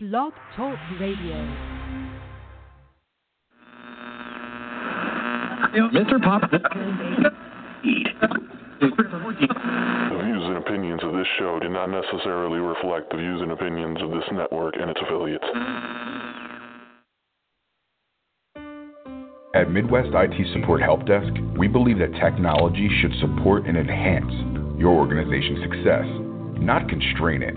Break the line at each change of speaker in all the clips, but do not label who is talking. Blog Talk Radio.
Mr. Pop.
The views and opinions of this show do not necessarily reflect the views and opinions of this network and its affiliates.
At Midwest IT Support Help Desk, we believe that technology should support and enhance your organization's success, not constrain it.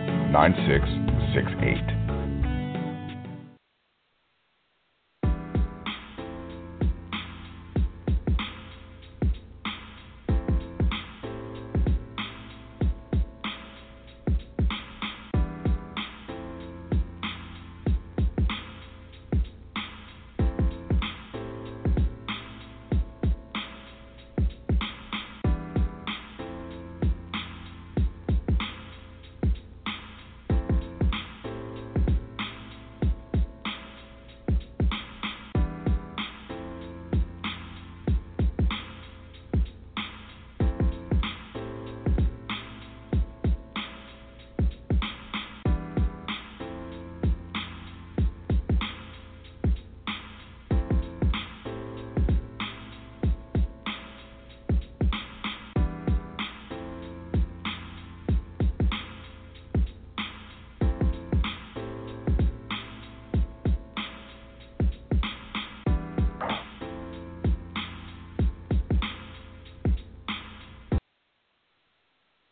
9668.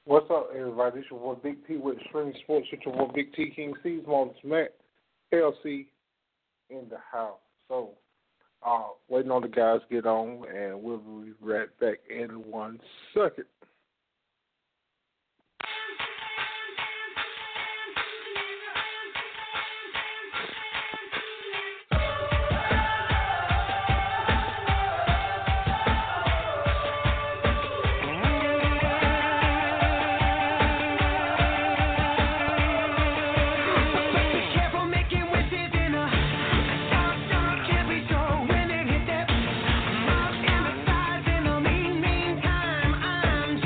What's up, everybody? This your boy Big T with Extreme Sports. It's your boy Big T King C's Mom Matt LC in the house. So, uh, waiting on the guys to get on, and we'll be right back in one second.
Careful making wishes in a stop sign can't be shown when it hit that mark in the sides in the mean mean time. I'm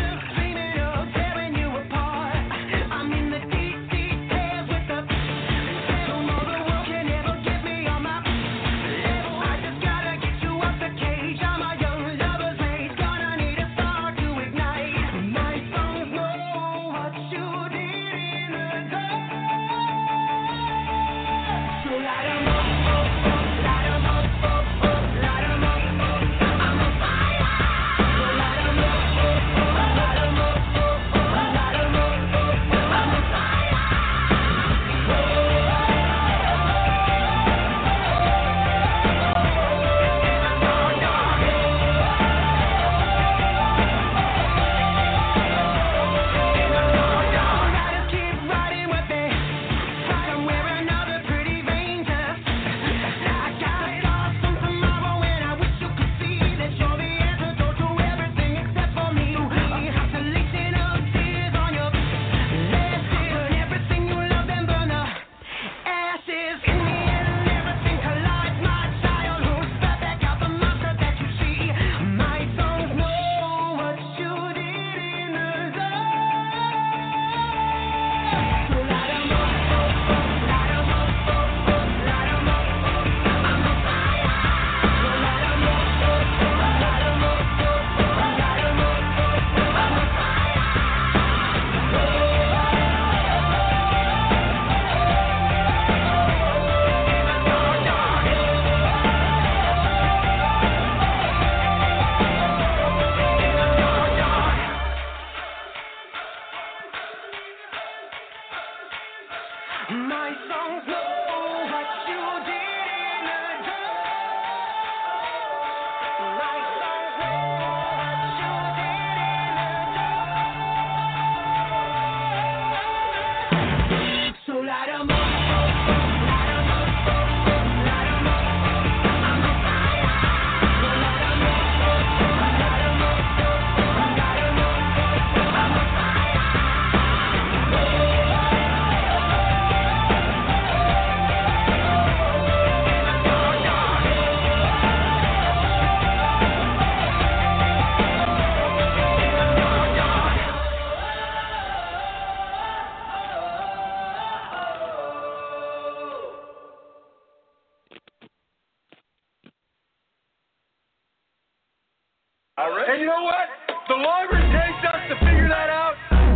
And you know what? The longer it takes us to figure that out,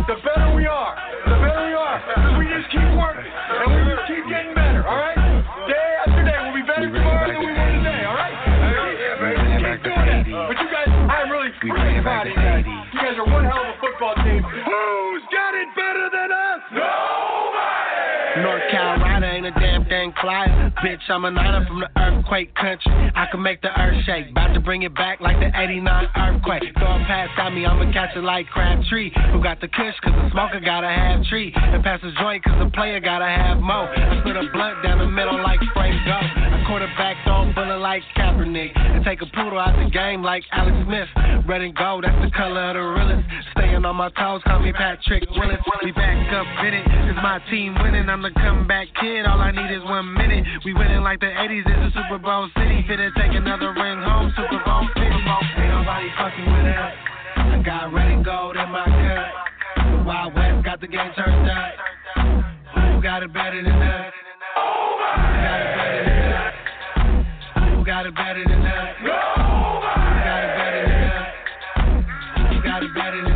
the better we are. The better we are. 'Cause We just keep working. And we just keep getting better, all right? Day after day. We'll be better tomorrow than we were today, all right? Keep doing that. But you guys, I'm really, really proud of you guys. You guys are one hell of a football team. Who's got it better than us? Nobody!
North Carolina ain't a damn thing flyer. Bitch, I'm a niner from the earthquake country. I can make the earth shake. About to bring it back like the 89 earthquake. Throw a pass at me, I'ma catch it like Crabtree. Who got the kush, cause the smoker gotta have tree. And pass the joint, cause the player gotta have mo. I split a blunt down the middle like Frank Go. A quarterback don't bullet like Kaepernick. And take a poodle out the game like Alex Smith. Red and gold, that's the color of the realest. Staying on my toes, call me Patrick Willis. We back up in it. It's my team winning. I'm the comeback kid. All I need is one minute. We winning like the 80s. It's a Super Bowl city. Finna take another ring home. Super Bowl 50. Ain't nobody fucking with us. I got red and gold in my cup. The Wild West got the game turned up. Who got it better than us? Who got it better than us? Who got it better than us? Who got it better than us? Who got it better than us?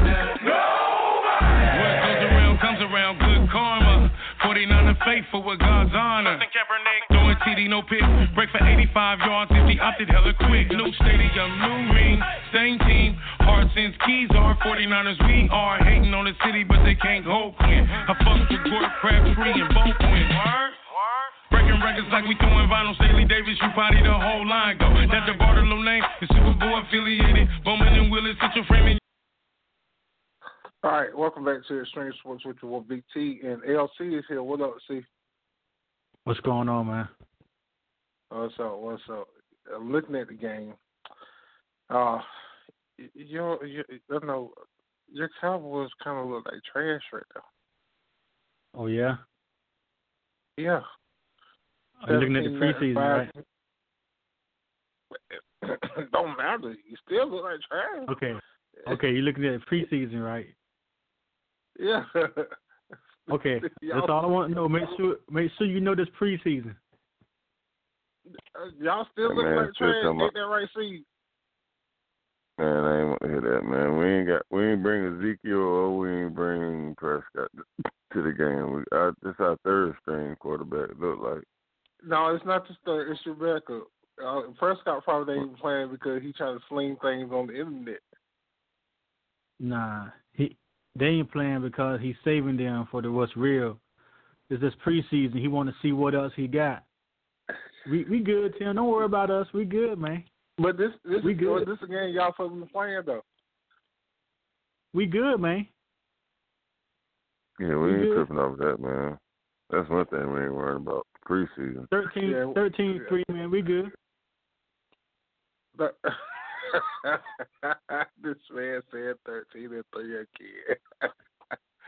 What goes around comes around. Good karma. 49 are faithful with God's honor. Throwing TD, no pick. Break for 85 yards if he opted hella quick. New stadium, new ring. Same team. Hard since keys are 49ers. We are hating on the city, but they can't go Quinn. I fucked with Gort, Crabtree, and Bo Quinn. Breaking records like we throwing vinyl. Staley Davis, you potty the whole line go. That the Bartolo name is Super Bowl affiliated. Bowman and Willis, sit your frame and
All right, welcome back to Extreme Sports with your boy Big T and LC is here. What up, C?
What's going on, man?
What's up? What's up? Uh, looking at the game, uh, y- you you you know your Cowboys kind of look like trash right now.
Oh yeah,
Yeah,
I'm looking at the
17,
preseason, right?
Don't matter. You still look like trash.
Okay, okay, you're looking at preseason, right?
Yeah.
Okay,
Y'all-
that's all I want to know. Make sure, make sure you know this preseason.
Uh, Y'all still
Hey,
look
man,
like
it's just
trash.
some-
Get that right, C.
Man, I ain't want to hear that, man. We ain't got, we ain't bring Ezekiel or we ain't bring Prescott to the game. We, I, this our third string quarterback. Look like
No, it's not the start. It's your backup. Uh, Prescott probably ain't even playing because he trying to sling things on the internet.
Nah, he they ain't playing because he's saving them for the what's real. It's this preseason. He want to see what else he got. We we good, Tim. Don't worry about us. We good, man.
But this this
We
is
good.
this again y'all supposed to be playing though.
We good, man.
yeah, we
We
ain't
good.
tripping over that, man. That's one thing we ain't worried about preseason.
13,
Yeah, w-
13
yeah.
3 man. We good.
But this man said thirteen and three again.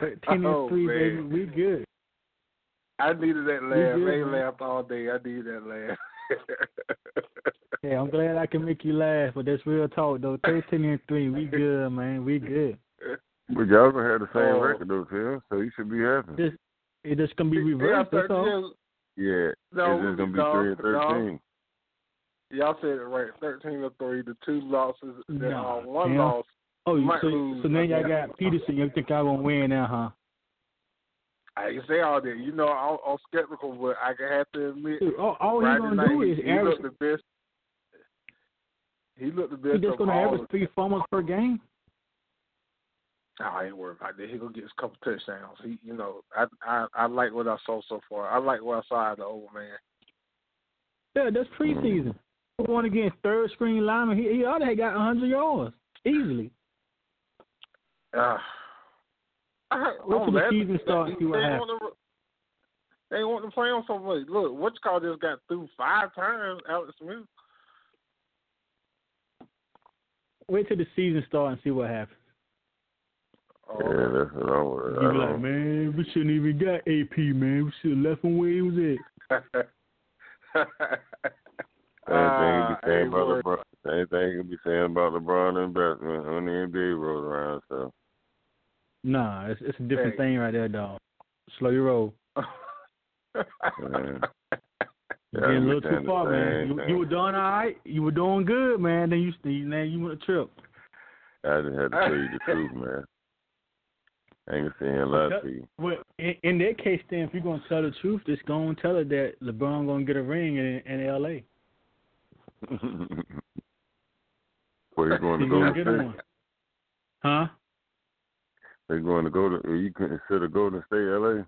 Thirteen
Oh,
and three, baby.
man.
We good.
I needed that laugh.
good,
They
man.
laughed all day. I needed that laugh.
Yeah, I'm glad I can make you laugh, but that's real talk though. Thirteen and three, we good, man. We good.
But y'all gonna have the same
Oh.
record though, Tim. So you should be happy.
This it just gonna be reversed.
Y'all
That's all.
Yeah,
No,
it's just gonna be
no,
three and thirteen.
Y'all said it right. Thirteen to three. The two losses. The,
Nah,
uh, one
damn.
loss.
Oh, you
Might
so,
lose,
so now
I
y'all
guess.
got Peterson. You think I gonna win now, huh?
I can say all that. You know, I'm, I'm skeptical, but I can have to admit,
Dude, all, all he's
Friday
gonna
night,
do is
he, he
average.
looked the best. He looked the
He's
best.
just
of
gonna
all
average
of them.
three fumbles per game.
Nah, I ain't worried about that. He gonna get a couple touchdowns. He, you know, I, I, I like what I saw so far. I like what I saw out of the old man.
Yeah, that's preseason. We're Going against third screen lineman, he, he already got 100 yards easily.
Uh, I,
Wait
I'm
till the
laughing.
season starts,
They-
see what
they
happens.
want to- They want to play on so much. Look, what you call this got through five times, Alex Smith.
Wait till the season starts and see what happens.
Oh,
Yeah, that's what I'm worried.
You
I
be like,
don't-
man, we shouldn't even got AP, man. We should have left him where he was at.
Same thing you
Uh,
Ah,
be saying
ain't
about
worried.
LeBron. Same thing you be saying about LeBron investment when the NBA rolls around. So
Nah, it's it's a different
Hey.
thing right there, dog. Slow your roll.
yeah.
You're
Yeah, I
getting a little
understand
too
the
far, man.
same
You,
thing.
you were doing all right. You were doing good, man. Then you then you went a trip.
I just had to tell you the truth, man. I ain't gonna sit here and lie to you.
Well, in, in their case, then, if you're gonna tell the truth, just go and tell her that LeBron gonna get a ring in, in L.A.
Where you going to
He's
go
gonna
to
get
State?
one. Huh?
They going to go to? You consider Golden State, LA?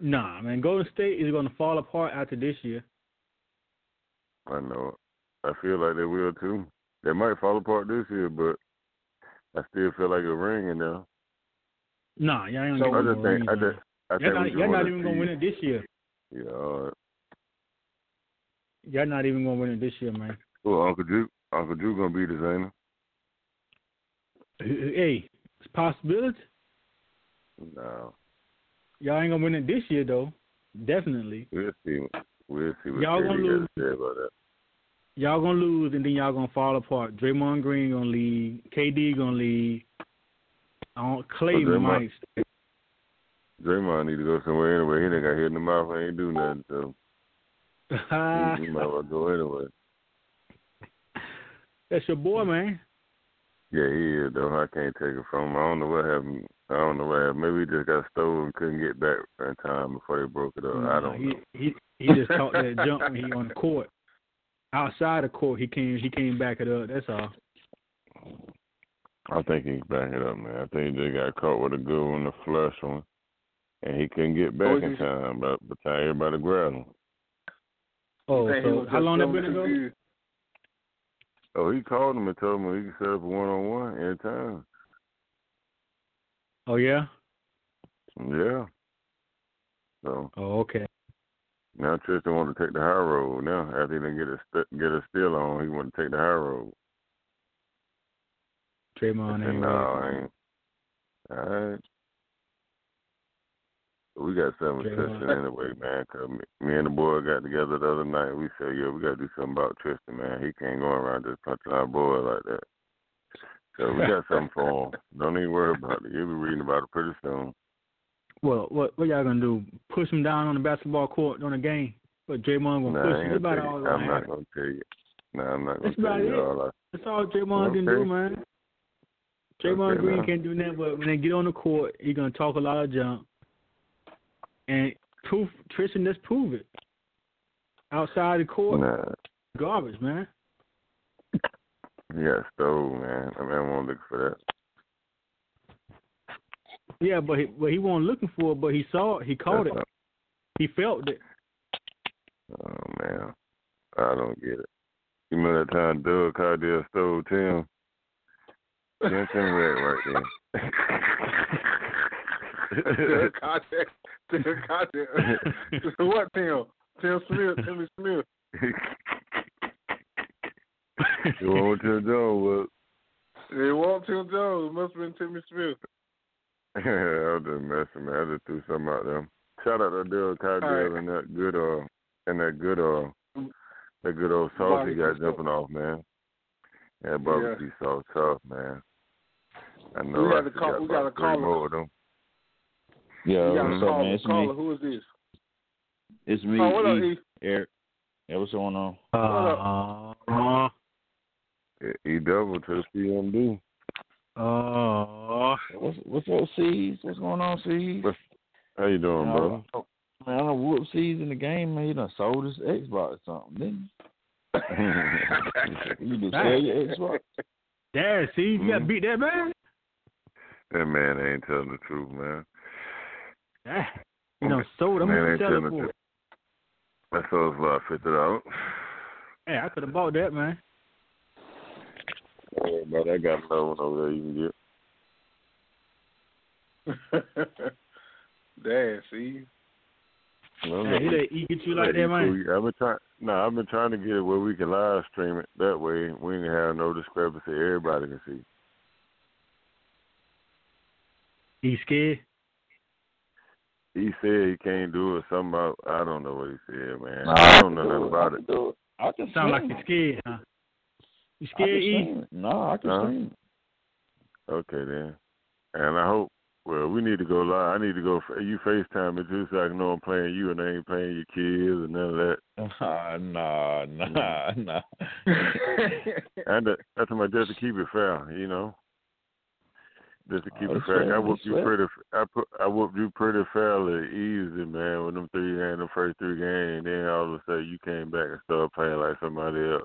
Nah, man. Golden State is gonna fall apart after this year.
I know. it. I feel like they will too. They might fall apart this year, but I still feel like a ring in there.
Nah, y'all ain't
I
gonna get
just
no rings.
think I
man.
just I think
Y'all
we
not,
just
y'all not
wanna
even gonna
see-
win it this year.
Yeah. all right.
Y'all not even gonna win it this year, man.
Well, Uncle Drew, Uncle Drew gonna be this, ain't
Hey, it's a possibility.
he? No.
Y'all ain't gonna win it this year though. Definitely.
We'll see. We'll see what
Y'all
Katie
gonna
got to
lose.
say about that.
Y'all gonna lose and then y'all gonna fall apart. Draymond Green gonna leave. KD gonna leave. Uh, Clay
But Draymond-
might. stay.
Draymond need to go somewhere anyway. He done got hit in the mouth. and ain't do nothing, so
Uh,
he, he might well go anyway.
That's your boy, man.
Yeah, he is though. I can't take it from him. I don't know what happened. I don't know what happened. Maybe he just got stolen and couldn't get back in time before they broke it up. I
Nah,
don't
he,
know.
He he just talked that jump when he on the court. Outside the court, he came he came back it up. That's all.
I think he's back it up, man. I think they got caught with a good one, a flush one, and he couldn't get back
Oh,
in
you-
time. But but time everybody grabbed him.
Oh,
Think he
so
was
how
just
long that
so
been ago?
confused.
Oh, he called him and told him he could set up a one on one any time.
Oh yeah.
Yeah. So
Oh okay.
now Tristan want to take the high road. Now after he didn't get a st- get a steal on, he want to take the high road.
Draymond
And
ain't.
no,
ready.
I ain't. All right. We got something
Jay
with Tristan
Hunt.
anyway, man. 'cause me, me and the boy got together the other night. We said, yo, we got to do something about Tristan, man. He can't go around just punching our boy like that. So we got something for him. Don't even worry about it. You'll be reading about it pretty soon.
Well, what what y'all gonna do? Push him down on the basketball court during the game? But Draymond gonna
Nah,
push
I
him.
ain't
That's
gonna
about
tell you.
all that
I'm not
happened.
going to tell you. Nah, I'm not going
That's
to tell
about
you
it.
all. I,
That's all Draymond can do,
Okay.
man. Draymond
Okay,
Green
man.
can't do nothing. But when they get on the court, he gonna talk a lot of junk. And proof, Tristan, just prove it. Outside the court,
nah,
garbage, man.
he got stole, man. I mean, I won't look for
Yeah, but he, but he wasn't looking for it. But he saw it. He
that.
caught
That's
it. He felt it.
Oh man, I don't get it. You remember that time Doug Cardell stole Tim? Tim Tim Red right there.
Dirk Cotter- Dirk Cotter. what Tim? Tim Smith, Timmy Smith.
you want to know
It wasn't Tim Jones. It must have been Timmy Smith.
what? I'm just messing, man. I just threw something out there. Shout out to Doug Cardell
Alright.
and that good uh and that good uh that good old sauce he got
Barbecue
jumping off, man. That barbecue sauce tough, man. I know
We
I
gotta
should
call-
got
we gotta
about three
call him.
more of them.
You
Yo,
got
what's
a
up, man?
caller.
It's
Caller,
me.
who is this?
It's me.
Oh, what up,
E.
E?
Eric. Yeah, what's going on?
Uh, uh,
He double to the CMD.
uh,
What's what's up, C's? What's going on, C's?
What's- How you doing,
Nah,
brother?
Man, I done whooped C's in the game, man. You done sold his Xbox or something, didn't you? You done sell your Xbox?
There, see, you gotta
Mhm.
beat that man.
that man ain't telling the truth, man.
Yeah. You know, sold him.
man
Man,
ain't
sell it
telling the
for.
truth. That sold for about fifty dollars.
Hey, I could have bought that, man.
Don't worry about it. I got another one over there you can get.
E? Damn, see?
No,
Hey, he
no,
let E get you like
yeah,
that,
you cool.
man.
You- I've been trying. No, I've been trying to get it where we can live stream it. That way, we can have no discrepancy. Everybody can see.
He scared.
He said he can't do it. Something about I don't know what he said, man.
Nah,
I
can
don't know
do
nothing
I
about
can
it.
do it. I can
Sound like
stream
he
it.
scared, huh?
I
You
can
scared, E?
stream it. No, I can
Huh?
stream it.
Okay then. And I hope Well, we need to go live. I need to go. fa- You FaceTime me too, so I can know I'm playing you and I ain't playing your kids and none of that.
Nah, nah, nah, nah.
and uh, that's my just to keep it fair, you know. Just to keep
Oh,
it
that's
fair.
fair,
I whooped
that's
you
fair.
pretty. I put. I whooped you pretty fairly easy, man. With them three games, the first three games, and then all of a sudden you came back and started playing like somebody else.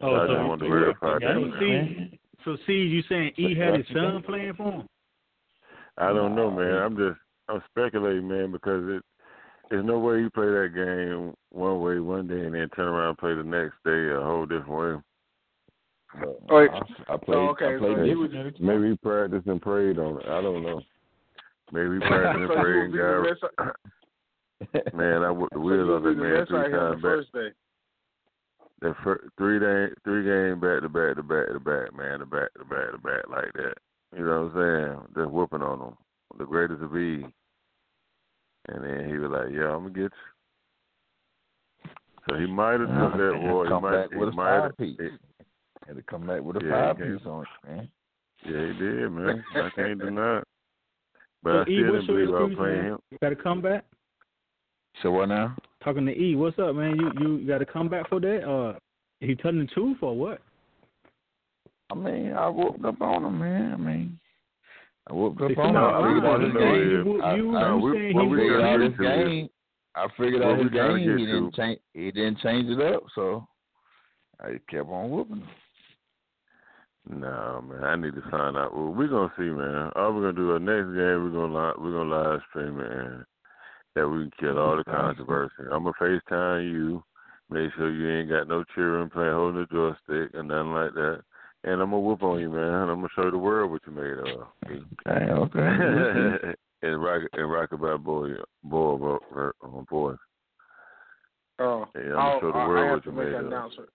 So
Oh,
I just
E?
want to verify that.
So, see, so see, you saying E had his son playing for him?
I don't know, man. I'm just I'm speculating, man, because it there's no way you play that game one way one day and then turn around and play the next day a whole different way.
Like,
I
played- I Oh, okay, played so it. you would-
maybe he practiced and prayed on it. I don't know. Maybe he
So
practiced
you
and
would
prayed and
be the best-
got man. I whipped the
so you
wheels
would
off that
be the
man
best out
three
here on the
times back.
first day.
That fir- three day, three game back to back to back to back, man, to back to back to back like that. You know what I'm saying? Just whooping on them. The greatest of E. And then he was like, "Yeah, I'm gonna get you." So he might have took that war. He
Ah, Come
might,
back with a
he might
five piece. Had to come back with a
Yeah, he
five
came-
piece on it, man.
Yeah, he did, man. I can't deny it. But I
so E,
still didn't
what's your
believe I was
excuse,
playing
man?
him.
You got to come back.
So what now?
Talking to E, what's up, man? You you got to come back for that? Uh, he telling the truth or what?
I mean, I whooped up on him, man. I mean, I whooped up
They
on him.
come out
I figured
lying.
out his
You-
game.
you-
I-
you-
I-
Uh,
you
we-
saying
what
he
we
was-
figured out
what
his
we trying to
game. I figured out
what
his
we trying to
game. He
get
didn't
to.
change. He didn't change it up, so I kept on whooping him.
No, man, I need to sign out. Well, we're gonna see, man. All we're gonna do our next game, we're gonna live, we're gonna live stream it, and that we can kill all the controversy. I'm gonna FaceTime you, make sure you ain't got no children playing holding the joystick and nothing like that. And I'm gonna whoop on you, man. And I'm gonna show the world what you made of.
Okay, okay.
and rock and rock about boy, boy, boy, boy, boy.
Uh,
Yeah, I'm gonna
I'll-
show the
I-
world
I
what
have to
you
make
made
an
of.
announcement.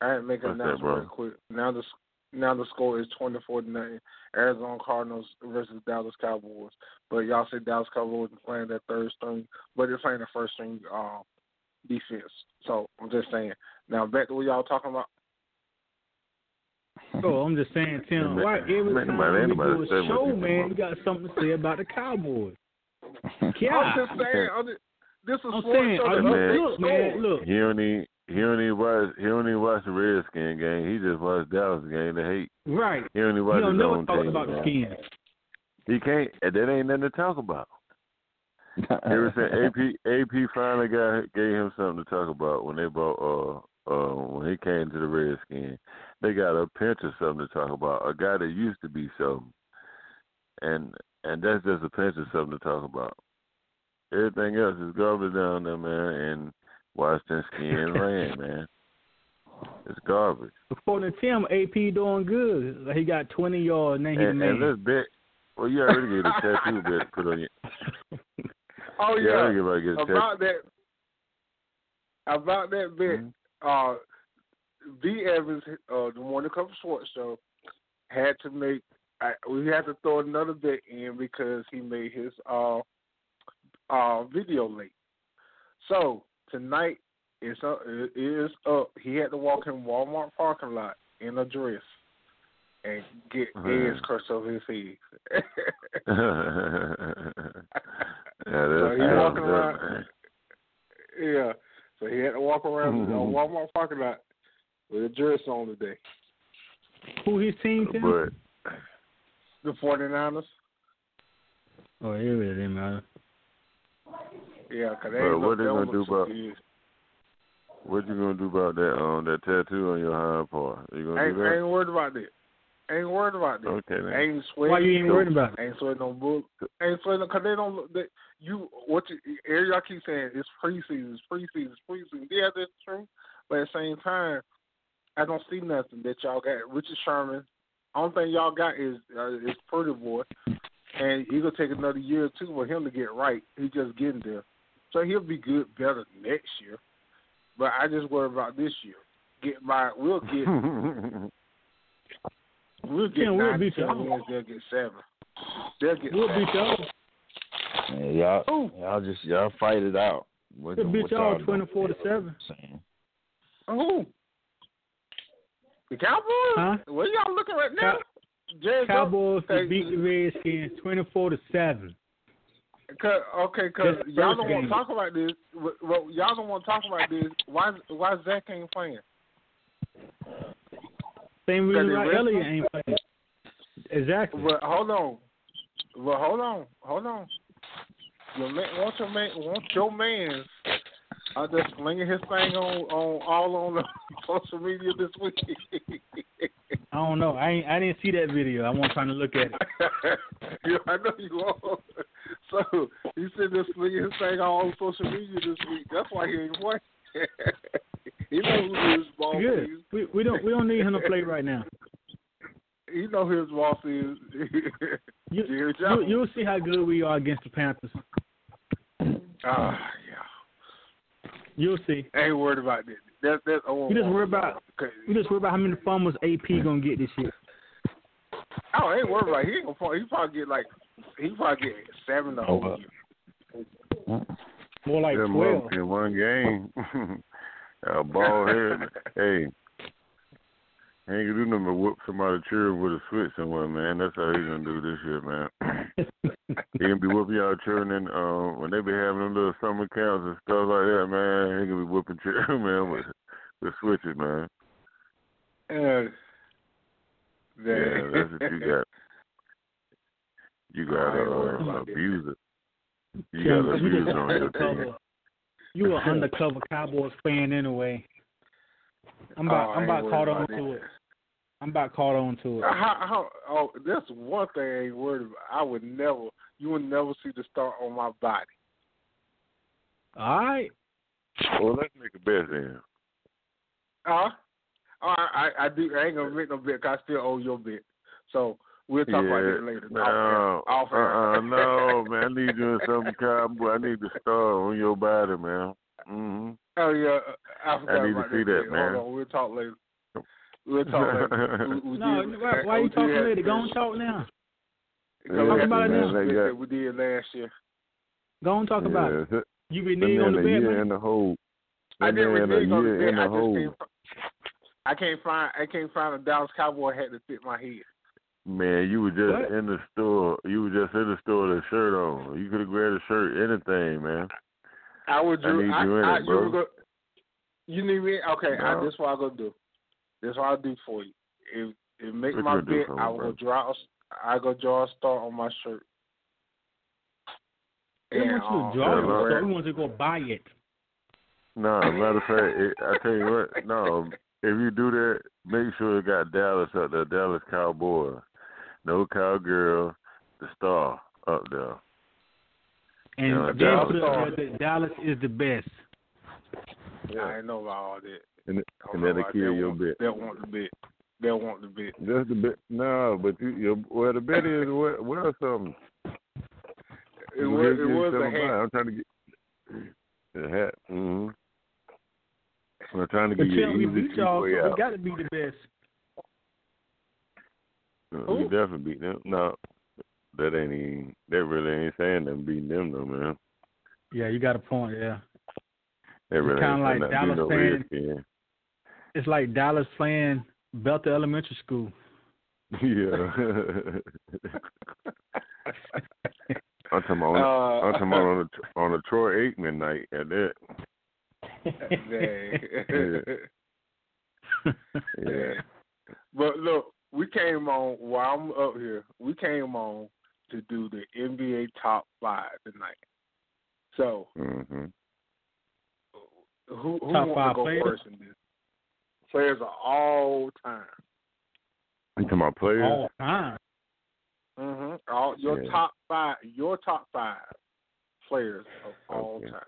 I had to make an
What's that,
announcement
bro?
real quick. Now the s- now the score is twenty four to nothing. Arizona Cardinals versus Dallas Cowboys. But y'all say Dallas Cowboys is playing that third string, but they're playing the first string um, defense. So I'm just saying. Now back to what y'all talking about.
So Oh, I'm just saying, Tim,
Man,
why every
man,
time we
anybody
do a
said what
show,
they
man,
want.
you got something to say about the Cowboys?
I'm
Yeah,
just saying. I'm just, this is
I'm
sports
saying,
show.
I-
that
man.
updates
look, man,
scores.
look.
He only he only watch he only watch the Redskin game. He just watched Dallas game to hate.
Right.
He only
You
watch
don't
his
never
own
talk
team.
about the
man.
skins.
He can't. and That ain't nothing to talk about. Ever
Uh,
since AP AP finally got gave him something to talk about when they bought uh uh when he came to the Redskins, they got a pinch of something to talk about. A guy that used to be something, and and that's just a pinch of something to talk about. Everything else is garbage down there, man. And Washington skin land, man. It's garbage.
According to Tim, AP doing good. Like, He got 20 yards, now he's the
And, and
man.
let's bet. Well, you already get a tattoo bet put on you.
Oh
you
yeah.
already about to get a tattoo.
about that about that bit,
Mhm.
uh V Evans uh the morning cover sports show had to make I, we had to throw another bit in because he made his uh uh video late. So tonight it's up it is up. He had to walk in Walmart parking lot in a dress and get
Mhm.
his curse over his head.
yeah,
So
that's
he
that's
walking
good,
around-
man.
Yeah. So he had to walk around the
Mhm.
Walmart parking lot with a dress on today.
Who his team, Tim?
But
The 49ers.
Oh, it really didn't matter.
Yeah, because
Bro, what they gonna do about- what you gonna do about that um that tattoo on your hind part? You
I
gonna
ain't,
do
I
that?
ain't worried about that. I ain't worried about that.
Okay,
I
then.
ain't sweating.
Why you ain't
no-
worried about it?
I ain't sweating no bull. I ain't sweating because they don't. look- They, you what you, every- y'all keep saying it's preseason, it's preseason, it's preseason. Yeah, that's true. But at the same time, I don't see nothing that y'all got. Richard Sherman. Only thing y'all got is uh, is Pretty Boy, and he gonna take another year or two for him to get right. He just getting there, so he'll be good, better next year. But I just worry about this year. Get my we'll get we'll get
Yeah, we'll
nine
beat
to ten
y'all.
wins. They'll get seven. They'll get
We'll
seven.
beat y'all.
Man, y'all,
Ooh.
y'all just y'all fight it out. What,
We'll beat
what
y'all
doing?
24 to 7.
Saying.
Who? The Cowboys?
Huh?
Where y'all looking right now? Jay,
Cowboys
hey,
to beat the Redskins twenty-four to seven.
Cause, okay, because
That's
y'all don't want
first
to
game.
talk about this. Well, well, y'all don't want to talk about this. Why? Why Zach ain't playing?
Same
Cause
reason
the
why
Redskins-
Elliott ain't playing. Exactly.
But hold on. But hold on. Hold on. Your man, want your man, want your man. I just slinging his thing on, on all on the social media this week.
I don't know. I ain't, I didn't see that video. I wasn't trying to look at it.
yeah, I know you are. So he said this nigga his thing all on social media this week. That's why he ain't playing. he know who his boss
Good.
is.
We we don't we don't need him to play right now.
He know who his boss is.
You,
Jerry
you
Jones.
you'll see how good we are against the Panthers.
Ah,
You'll see.
yeah. I ain't worried about that. That's that's. I won't
We just
worry
worry about
Okay.
we just worry about how many fumbles AP gonna get this year.
Oh, I ain't worried about. It. He ain't gonna. Play. He probably get like. He probably get seven the whole year.
More like
That
twelve.
month in one game. a ball head. hey. He ain't gonna do nothing but whoop somebody cheering with a switch somewhere, man. That's how he's gonna do this year, man. he gonna be whooping y'all cheering and uh, when they be having them little summer camps and stuff like that, man, he gonna be whooping cheering, man, with with switches, man.
Yeah.
Yeah, that's what you got. You
I ain't worried
gotta uh,
about it.
abuse it. You
Tim,
gotta
you
abuse
just
it on your team.
undercover. You an undercover Cowboys fan anyway. I'm about
Oh, I
I'm
ain't
about
worried
caught on
about
to it. I'm about caught on to it.
How, how, oh, that's one thing I ain't worried about. I would never, you would never see the star on my body.
All right.
Well, let's make a bet then.
Huh? Oh, I, I, I do. I ain't gonna make no bet. 'cause I still owe your bet. So we'll talk about this later. Oh,
No,
Off
uh,
air. Off
uh
air.
no, man. I need you in some cowboy. I need the star on your body, man. hmm
Oh yeah, I forgot
I need to
about
see that,
Hold
man.
on, we'll talk later. We'll talk later. We- we
No,
did-
why, why
we
you
did
talking
have
later? Go
this.
and talk now.
Because
Talk
we
about
had
it now.
this
They
bet
got-
that we did last year.
Go and talk about it.
yeah. it.
You been
That
knee
man
on the
a
bed,
year
man.
in the hole.
I
That
didn't
man a
renege on the
year
bet.
in
I
the
just
hole.
can't. fi- I can't find. I can't find a Dallas Cowboy hat to fit my head.
Man, you were just
What?
in the store. You were just in the store with a shirt on. You could have grabbed a shirt, anything, man.
I would.
I
do-
need
I,
you in
I,
it, bro.
You, go, you need me. Okay, I,
No.
this is what I'm gonna do. This is what I'll do for you. If if make
What
my
you gonna do
bet,
for me,
I will
bro?
go draw. a s- I go draw a star on my shirt.
We don't want you to
uh,
draw
yeah,
it.
look.
so We want you to go buy it.
No, matter of fact, it, I tell you what. No, if you do that, make sure it got Dallas up there. Dallas Cowboys, no cowgirl, the star up there.
And
Yeah,
then
Dallas.
put up there that Dallas is the best.
I ain't know about all that.
And,
I don't
and
know
that'll
about-
kill
they
your
want,
bet.
They want the bet. They want the bet.
That's the bet. No, but you, your, well, the bet is what? Well, something.
It
You
was.
get
It was a
something by.
hat.
I'm trying to get the hat. Mm-hmm. I'm trying to
But
get you
Tim,
an
we
easy
beat
cheap
y'all,
way
so we
out.
got to be the best.
Uh, We
Who?
definitely beat them. No, that ain't even. That really ain't saying them beating them though, man.
Yeah, you got a point. Yeah,
That really
kinda
ain't saying
like Dallas
nothing. Beat
saying-
no Redskins.
it's like Dallas playing Belter Elementary School.
Yeah. I'm talking about,
Uh,
I'm talking about on a on a Troy Aikman night at that.
Dang.
Yeah.
But look, we came on while I'm up here. We came on to do the NBA top five tonight. So
hmm
who who
Top
want
five
to go
players?
first in this? Players of all time.
You talking about players?
All time.
hmm All your
Yeah.
top five. Your top five players of all
Okay.
time.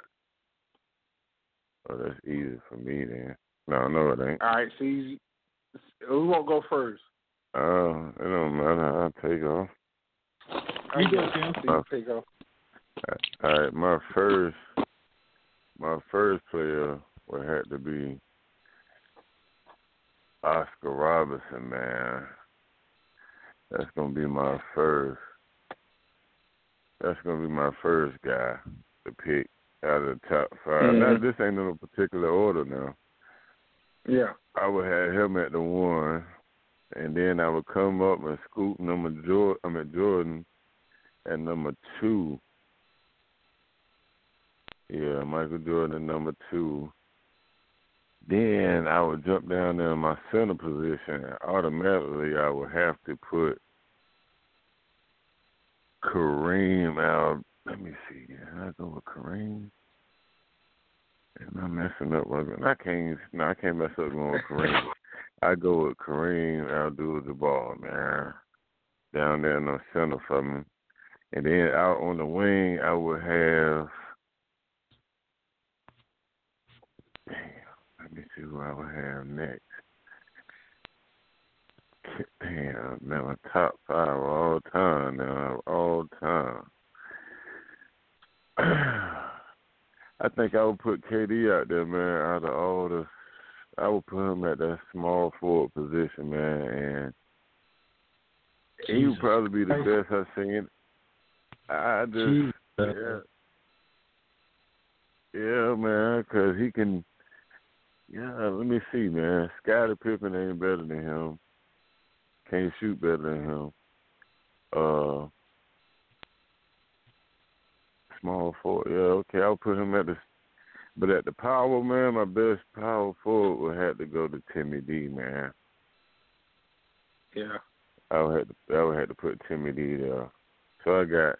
Oh, that's easy for me then. No, no, it ain't.
All right, see who won't go first?
Uh, it don't matter. I'll take off.
You go, Tim.
Tim. Take off.
All right, my first, my first player would have to be Oscar Robinson, man. That's gonna be my first. That's gonna be my first guy to pick out of the top 5 Now this ain't in a particular order now.
Yeah.
I would have him at the one, and then I would come up and scoop number Jordan, I mean Jordan, and number two. Yeah, Michael Jordan at number two. Then I would jump down there in my center position. and Automatically, I would have to put Kareem out. Let me see. Did I go with Kareem? Am I messing up? with it? I can't. No, I can't mess up going with Kareem. I go with Kareem Abdul-Jabbar, man, down there in the center for me. And then out on the wing, I would have. Damn, let me see who I would have next. Damn, now my top five of all time, now of all time. I think I would put KD out there, man. Out of all the, I would put him at that small forward position, man, and he would probably be the best I've seen. I just,
uh,
yeah, yeah, man, because he can. Yeah, let me see, man. Scottie Pippen ain't better than him. Can't shoot better than him. Uh, small forward. Yeah, okay, I'll put him at the. But at the power, man, my best power forward would have to go to Timmy D, man.
Yeah.
I would have to, I would have to put Timmy D there. So I got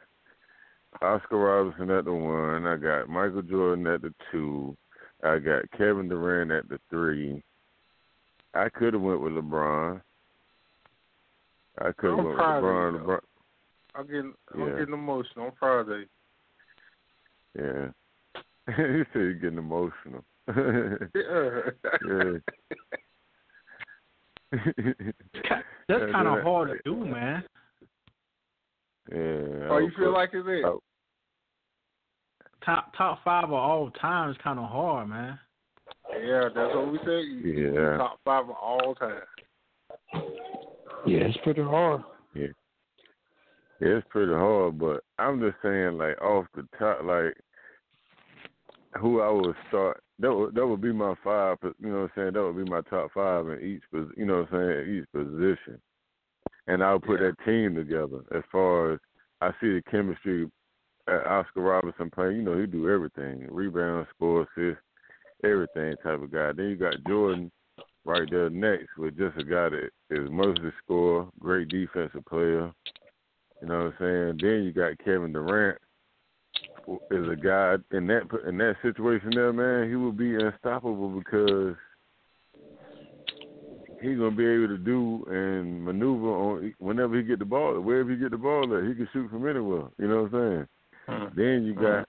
Oscar Robinson at the one. I got Michael Jordan at the two. I got Kevin Durant at the three. I could have went with LeBron. I could have
I'm
went with
proud of
LeBron.
you, though.
LeBron.
I'm getting, I'm
Yeah.
getting emotional on Friday.
Yeah. you said you're getting emotional. yeah.
That's kind of hard to do, man.
Yeah.
Oh,
I
you
would
feel
put-
like it's it?
Oh.
Top top five of all time is kind of hard, man.
Yeah, that's what we say.
Yeah.
Top five of all time.
Yeah, it's pretty hard.
Yeah. Yeah, it's pretty hard, but I'm just saying, like off the top, like who I would start. That would that would be my five. but, You know what I'm saying? That would be my top five in each. pos- You know what I'm saying? Each position, and I'll put that team together. As far as I see the chemistry, uh, Oscar Robinson playing. You know, he do everything: rebound, score, assist, everything type of guy. Then you got Jordan right there next with just a guy that is mostly score, great defensive player. You know what I'm saying? Then you got Kevin Durant who is a guy in that in that situation there, man. He will be unstoppable because he's gonna be able to do and maneuver on whenever he get the ball, wherever he get the ball at, he can shoot from anywhere. You know what I'm saying? Then you got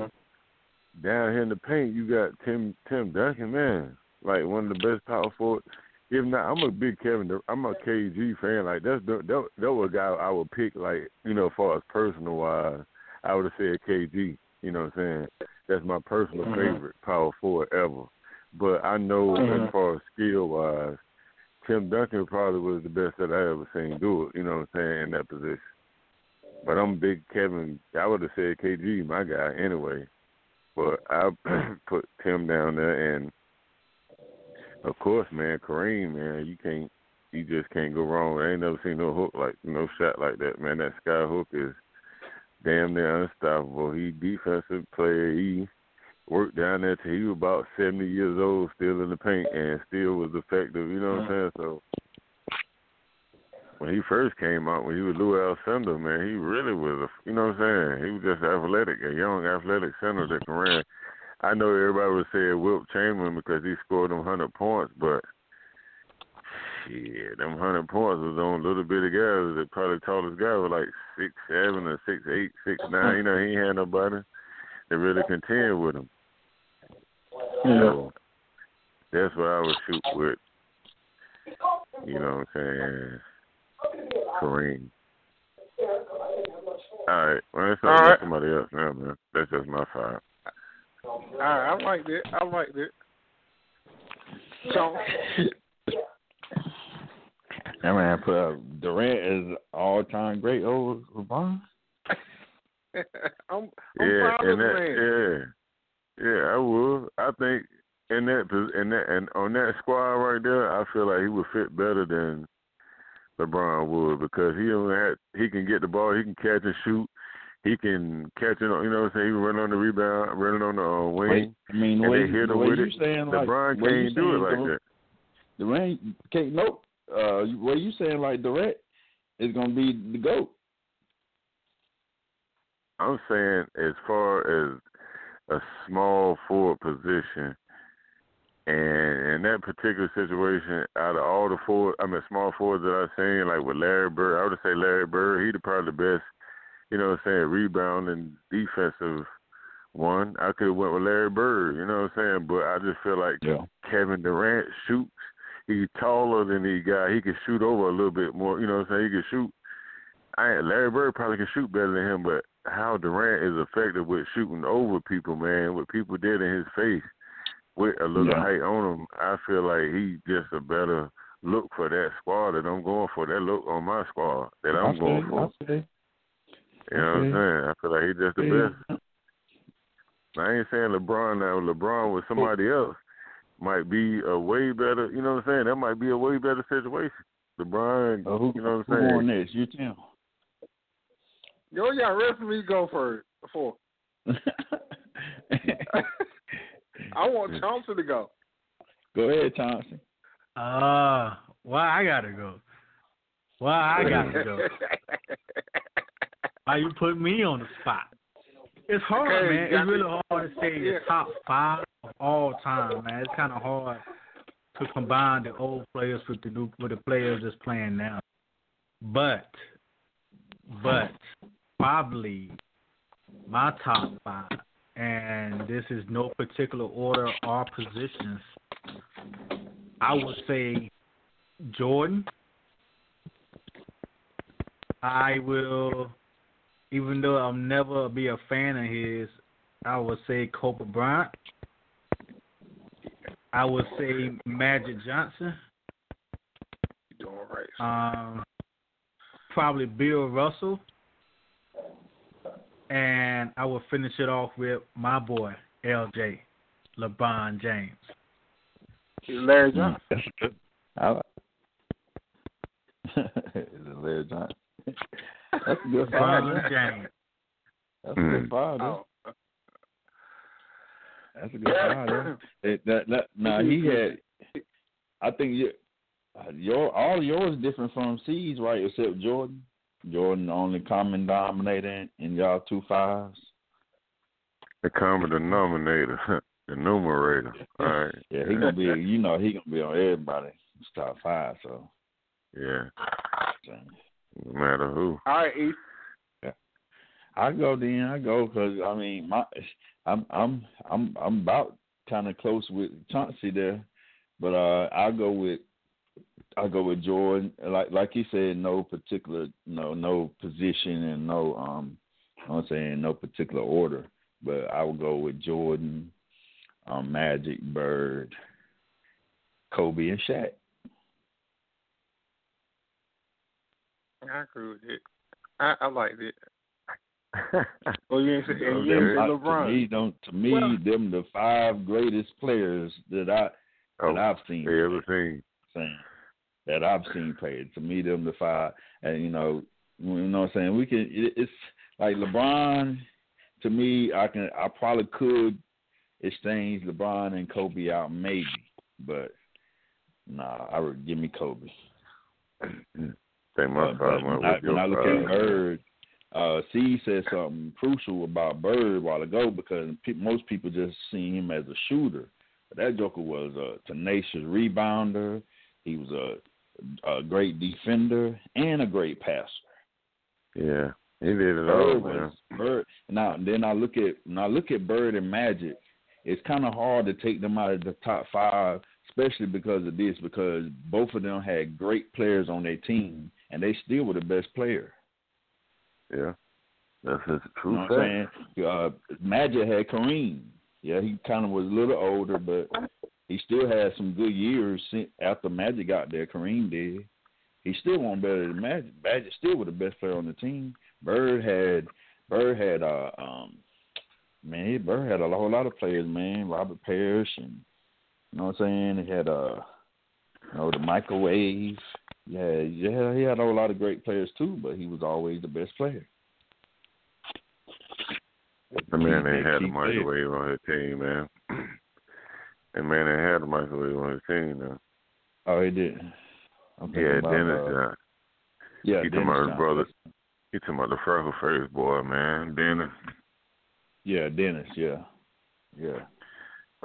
down here in the paint, you got Tim Tim Duncan, man, like one of the best power forward. If not, I'm a big Kevin. Dur- I'm a KG fan. Like that's the, that that was a guy I would pick. Like you know, as far as personal wise, I would have said KG. You know what I'm saying? That's my personal
Mhm.
favorite power forward ever. But I know
Mhm.
as far as skill wise, Tim Duncan probably was the best that I ever seen do it. You know what I'm saying in that position. But I'm big Kevin. I would have said KG, my guy, anyway. But I put Tim down there, and of course, man, Kareem, man, you can't, you just can't go wrong. I ain't never seen no hook like no shot like that, man. That sky hook is damn near unstoppable. He defensive player. He worked down there till he was about seventy years old, still in the paint, and still was effective. You know what I'm saying? So when he first came out, when he was Lou Alcindor, man, he really was a, you know what I'm saying? He was just athletic, a young athletic center that can run. I know everybody was saying Wilt Chamberlain because he scored them hundred points, but shit, them hundred points was on little bitty guys. The probably tallest guy was like six seven or six eight, six nine. You know, he ain't had nobody that really contend with him. So that's what I would shoot with. You know what I'm saying? Kareem. All right. Well, that's not
All right.
somebody else now, man. That's just my five.
All right, I like that. I like that. So,
I mean, I put up Durant is all time great over LeBron.
I'm, I'm
Yeah,
proud of
and
the
that,
man.
yeah, yeah, I would. I think in that pos- in that and on that squad right there, I feel like he would fit better than LeBron would because he only had he can get the ball, he can catch and shoot, he can catch it. on- You know what I'm saying? He can run on the rebound, running on the uh, wing.
Wait, I mean, the
and
way,
they hit
the
him
way
with
you
it.
saying like
LeBron
the way you
can't do it
saying
like uh,
Durant-
that.
Durant can't nope. Uh, you- what you saying like Durant is gonna be the goat?
I'm saying as far as a small forward position, and in that particular situation, out of all the forward, I mean small forwards that I've seen, like with Larry Bird, I would say Larry Bird, he's probably the best. You know what I'm saying? Rebounding defensive one. I could have went with Larry Bird. You know what I'm saying? But I just feel like
Yeah.
Kevin Durant shoots. He's taller than the guy. He can shoot over a little bit more. You know what I'm saying? He can shoot. I Larry Bird probably can shoot better than him, but how Durant is effective with shooting over people, man, what people did in his face with a little
Yeah.
height on him, I feel like he just a better look for that squad that I'm going for, that look on my squad that I'm
I
going
see,
for.
I see.
You know what I'm saying? I feel like he's just the
Yeah.
best. I ain't saying LeBron now. LeBron with somebody else might be a way better. You know what I'm saying? That might be a way better situation. LeBron,
Uh, who,
you
who
know what I'm saying?
going next? You tell.
Yo, yeah, rest of me go first. For I want Chauncey to go.
Go ahead, Thompson.
Ah, why I gotta go? Why I gotta go? Why you put me on the spot? It's hard,
Okay,
man.
got
It's
me.
really hard to say the top five of all time, man. It's kind of hard to combine the old players with the new with the players that's playing now. But, but probably my top five, and this is no particular order or positions. I would say Jordan. I will, even though I'll never be a fan of his, I would say Kobe Bryant. I would say Magic Johnson.
You doing right?
Um, probably Bill Russell. And I will finish it off with my boy, LJ, LeBron James.
Larry Johnson.
I Larry Johnson. That's a good five.
LeBron
man.
James.
That's a good five. dude.
Oh,
That's a good five.
Oh.
dude. It, that, that, now he had. I think you, uh, your all yours different from C's, right? Except Jordan. Jordan the only common denominator in, in y'all two fives.
The common denominator, the numerator. All right.
Yeah, he gonna be. You know, he gonna be on everybody's top five. So,
Yeah, no matter who.
all right, East.
I go then. I go because I mean, my I'm I'm I'm I'm about kind of close with Chauncey there, but uh, I go with I go with Jordan. Like like he said, no particular no no position and no um I'm saying no particular order, but I would go with Jordan, um, Magic, Bird, Kobe, and Shaq.
I agree with it. I, I liked it.
yeah,
Well, Oh, you ain't say, and you ain't say
Yeah,
Them, I-
LeBron.
To me, them, to me
Well-
them the five greatest players that I
Oh,
that I've seen.
everything.
saying that I've seen played. To me, them the five, and you know, you know what I'm saying. We can. It, it's like LeBron. To me, I can. I probably could exchange LeBron and Kobe out, maybe, but nah. I would give me Kobe.
They
But,
must
but
have
when,
went
I, when
with your
I look
father.
at Bird, uh, C said something crucial about Bird a while ago because pe- most people just see him as a shooter. But that Joker was a tenacious rebounder. He was a, a great defender and a great passer.
Yeah, he did it
Bird
all, Oh, man.
was Bird. Now then I look at when I look at Bird and Magic, it's kind of hard to take them out of the top five, especially because of this, because both of them had great players on their team, and they still were the best player.
Yeah, that's his
You
true
know what
fact.
I'm saying? Uh, Magic had Kareem. Yeah, he kind of was a little older, but he still had some good years since, after Magic got there. Kareem did. He still won better than Magic. Magic still was the best player on the team. Bird had Bird had uh, um man, he- Bird had a whole lot of players, man. Robert Parrish and you know what I'm saying? He had uh you know the microwave. Yeah, yeah, he had a whole lot of great players too, but he was always the best player.
The man ain't had a
Keep playing.
microwave on his team, man. That man ain't had a microwave on his team, though.
Oh, he did. I'm thinking
Yeah,
about,
Dennis
uh,
Johnson.
yeah,
he talking
Dennis
about his
Johnson.
brother. He talking about the freckle face boy, man. Dennis,
Yeah, Dennis. Yeah, yeah.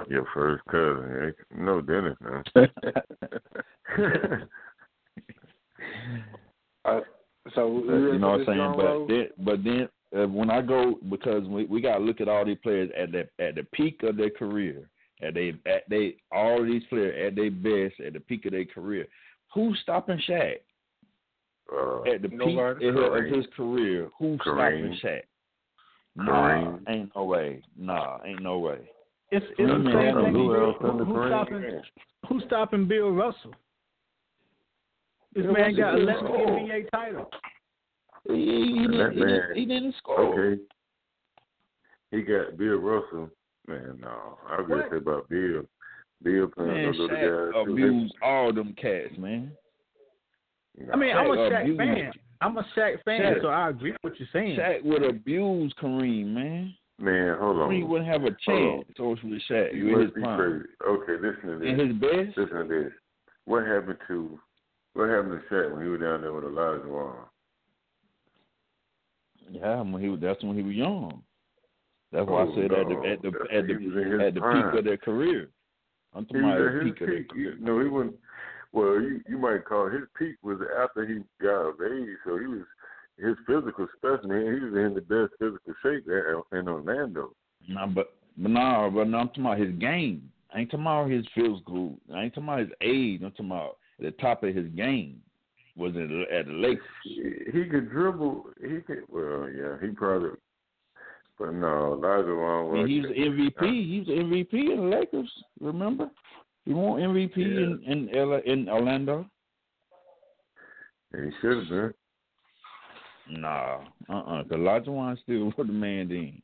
your first cousin. eh? No, Dennis, man.
Uh, so
Uh, you know what I'm saying? But then, but then uh, when I go, because we we gotta look at all these players at the at the peak of their career, at they at they all these players at their best at the peak of their career. Who's stopping Shaq
uh,
at the peak of
nobody.
his, of
Kareem.
his career? Who's
Kareem.
stopping Shaq?
Kareem.
Nah, ain't no way. Nah, ain't no way.
It's it's
Yeah,
the
man,
same
I don't
thing.
know
who else
Bill-
in the
Who's stopping?
green?
Who's stopping Bill Russell? This
Bill
man got
Russell
11
didn't score.
NBA titles.
He, he, he,
And that
didn't, he,
man-
didn't, he didn't score.
Okay. He got Bill Russell. Man, no. I was going to
What?
say about Bill. Bill playing
Man,
those little
Shaq uh,
guys. too.
abused all them cats, man.
Nah.
I mean, I'm a
Shaq
Shaq
abused-
fan. I'm a Shaq fan,
Shaq-
so I agree with what you're saying.
Shaq would abuse Kareem, man.
man, hold on.
Kareem wouldn't have a
Hold
chance over with Shaq
You
with
must
his
be
prime.
crazy. Okay, listen to this.
And his best,
Listen to this. What happened to what happened to Shaq when he was down there with Elijah Warren?
yeah, when he was, that's when he was young. That's why
Oh,
I said
no.
at the at
That's
the at
when he was in his
the at the
prime.
peak of their career. I'm
He
talking about
was at
the
his
peak of their
peak.
career.
He- No, he wasn't. Well, you, you might call it- his peak was after he got of age. So he was his physical specimen. He was in the best physical shape there in Orlando.
Nah, but but no, but no, I'm talking about his game. I ain't talking about his physical. I ain't talking about his age. I'm talking about the top of his game was at, at the Lakers.
He, he could dribble. He could. Well, yeah, he probably. But no, Elijah Warren was.
And he was MVP. He was MVP in the Lakers. Remember, he won MVP in in, LA, in Orlando.
he should have been.
Nah, uh, uh-uh, because Lajuan still was the man then.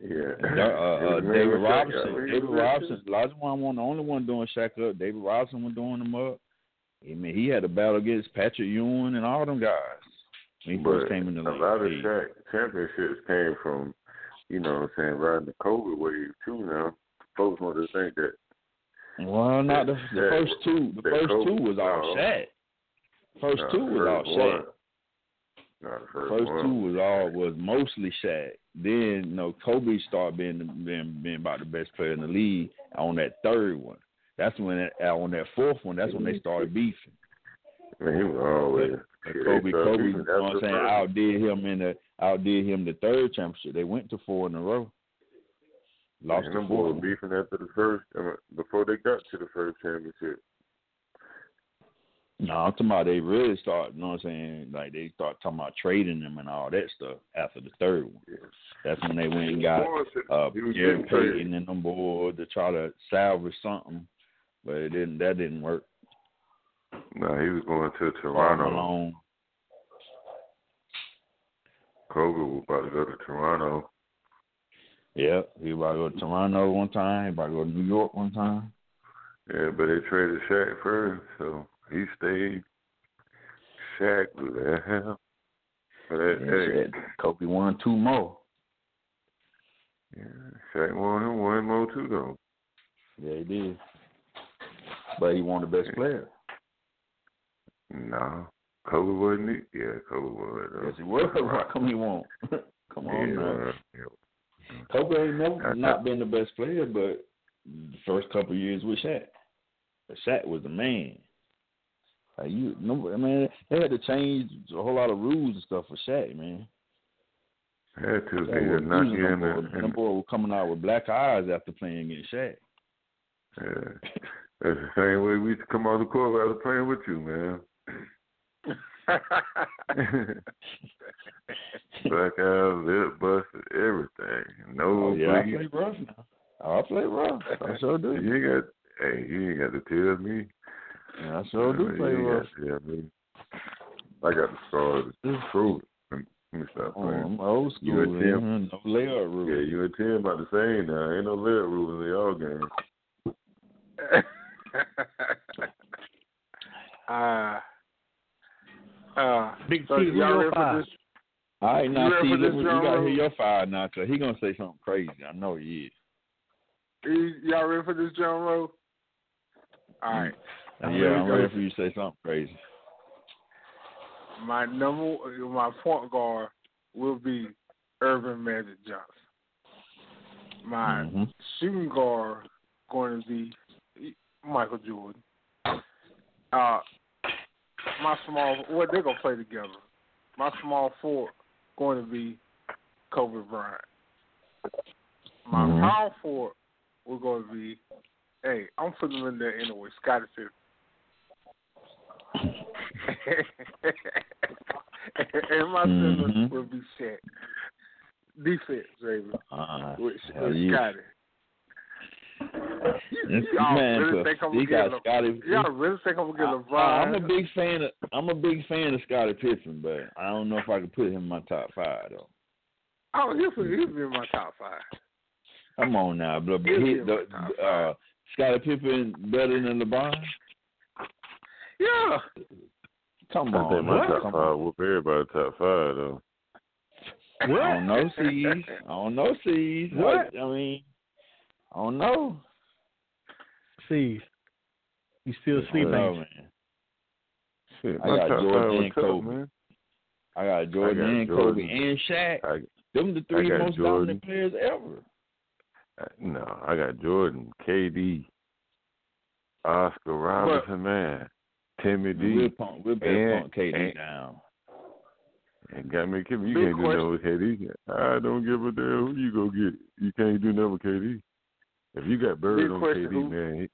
Yeah.
uh, uh, uh,
His name
David
was Shaq.
Robinson,
Yeah, he
David
was-
Robinson, Lajuan wasn't the only one doing Shaq up. David Robinson was doing him up. I mean, he had a battle against Patrick Ewing and all them guys when he first
But
came in the
a lot of
league.
Shaq championships came from, you know, what I'm saying riding the COVID wave too. Now, folks want to think that
Well, not the, the
Shaq-
first two. The
that
first
Kobe-
two was all
no.
Shaq. First
Nah,
two
the
was all
first
Shaq.
one. Nah, the first,
First
one
two was all was mostly Shaq. Then you know Kobe started being being being about the best player in the league on that third one. That's when that, uh, on that fourth one. That's when they started beefing.
Man, he was always.
But
Yeah,
Kobe,
they started
Kobe, you
beefing
know what I'm
after
saying,
the first.
outdid him in the outdid him the third championship. They went to four in a row. Lost
Man,
the
them
fourth.
boys
one.
beefing after the first, I mean, before they got to the first championship.
No, I'm talking about they really start. You know what I'm saying? Like they start talking about trading them and all that stuff after the third one.
Yeah.
That's when they went and got
Warren said
uh,
he was
Gary
getting traded.
Payton and them boys to try to salvage something, but it didn't. That didn't work.
No, he was going to
Carl
Toronto.
Malone.
Kobe was about to go to Toronto.
Yeah, he about to go to Toronto one time. He about to go to New York one time.
Yeah, but they traded Shaq first, so he stayed. Shaq was the hell. But that,
And
hey,
shit, Kobe won two more.
yeah, Shaq won him one more too, though.
Yeah, he did. But he won the best player.
No, Kobe wasn't it? Yeah, Kobe was. though.
Yes, he was. Why come he won't? come on, man.
yeah,
Kobe ain't never
Uh,
not been the best player, but the first couple of years with Shaq, but Shaq was the man. Like you, no, I mean, they had to change a whole lot of rules and stuff for Shaq, man.
yeah. Had to
Shaq
be
was
a knock
abusing them
in
boys.
and,
Them
and
boys were coming out with black eyes after playing against Shaq.
yeah. That's the same way we used to come out the court after playing with you, man. Black eyes, lip busted, everything. No
oh yeah,
bleed.
I play rough now. I play rough. I sure do.
You ain't got, hey, you ain't got to tell me.
Yeah, I sure do play
you ain't
rough.
got to tell me. I got the stars to prove it. Let me- let me stop
Oh,
playing.
I'm old
You
school.
a champ.
man. No layup rule.
Yeah, you and Tim about the same now. Ain't no lead rule in the all game.
uh, Uh,
Big
so
T, who
y'all
your
ready for
five?
this?
All right, now
You ready
see,
for
look,
this,
you
John
gotta hear
Rhodes?
your five now, cause he gonna say something crazy. I know he is.
Y- Y'all ready for this, John Rowe? All right.
Yeah,
Here we
I'm
go.
ready for you to say something crazy. Mm.
My number, my point guard will be Irvin Magic Johnson. My
Mhm.
shooting guard going to be Michael Jordan. Uh, my small, well, they're gonna play together. My small four going to be Kobe Bryant. My
Mhm.
power forward will going to be, hey, I'm putting them in there anyway. Scotty Pippen. and my center
Mhm.
will be Shaq. Defense, baby.
Uh,
With,
hell
with
yeah.
Scotty.
This
Y'all
man,
really
so
think I'm
he
gonna
got
get Le-
Scotty.
Y'all really think I'm gonna get
I, I'm a
LeBron?
big fan of I'm a big fan of Scottie Pippen, but I don't know if I could put him in my top five though.
Oh, he'll be he'll be in my top five.
Come on now, blah, blah,
He'll
he,
be in my
the, uh, Scottie Pippen better than LeBron?
Yeah.
Come
I
on,
think my
what?
top five whoop everybody top five though.
I don't know, C's. I don't know, C's.
What?
I, I mean, I don't know.
See, you still
I don't
sleeping.
know, man.
Shit,
I
my
got
top five
Jordan
was
and
tough,
Kobe.
man.
I got Jordan
got
and
Jordan.
Kobe and Shaq.
I,
Them the
I
three
got
most
Jordan.
dominant players ever.
I- no, I got Jordan, KD, Oscar Robinson, man, Timmy D.
We'll pump, we'll better
and-
pump KD
and-
down.
And got me Kim, you
Big
can't do nothing with KD. I don't give a damn who you go get. You can't do nothing with KD. If you got buried
Big
on
question,
KD,
who-
man, he-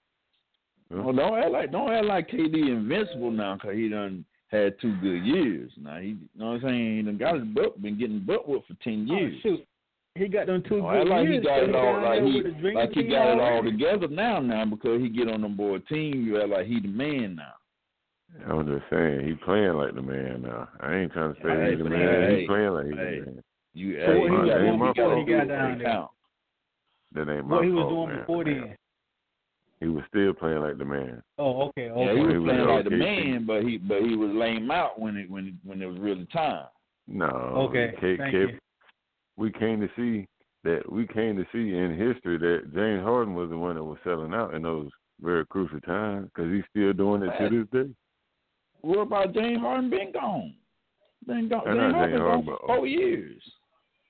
Well, Oh, don't act like don't act like KD invincible now, cause he done had two good years. Now he, you know what I'm saying? He done got his butt, been getting butt whooped for ten
Oh,
years.
shoot. He got them two
Don't
good
act like he
years
got it
down
all,
there
like
with the
he,
dream
like he
team
got it all
already.
together now, now because he get on them boy team. You act like he the man now.
I'm just saying he playing like the man now. I ain't trying to say
Hey,
he's the
but
man.
hey,
he playing like he's
hey.
the man.
You,
Well,
hey,
he got-
that ain't
he
my
got-
fault.
he got
down
It
there.
count.
That ain't my
What he was
fault,
doing
man.
before
man.
then.
He was still playing like the man.
Oh, okay,
Yeah,
okay.
he
Well,
was
he was
playing like the
okay, too.
man, but he but he was lame out when it when it, when it was really time.
No.
Okay,
K-
thank
K-
you.
We came to see that we came to see in history that James Harden was the one that was selling out in those very crucial times because he's still doing it to this day.
What about James Harden been gone? Been gone.
I know
James Harden
James
been
Harden,
gone for
but-
four years,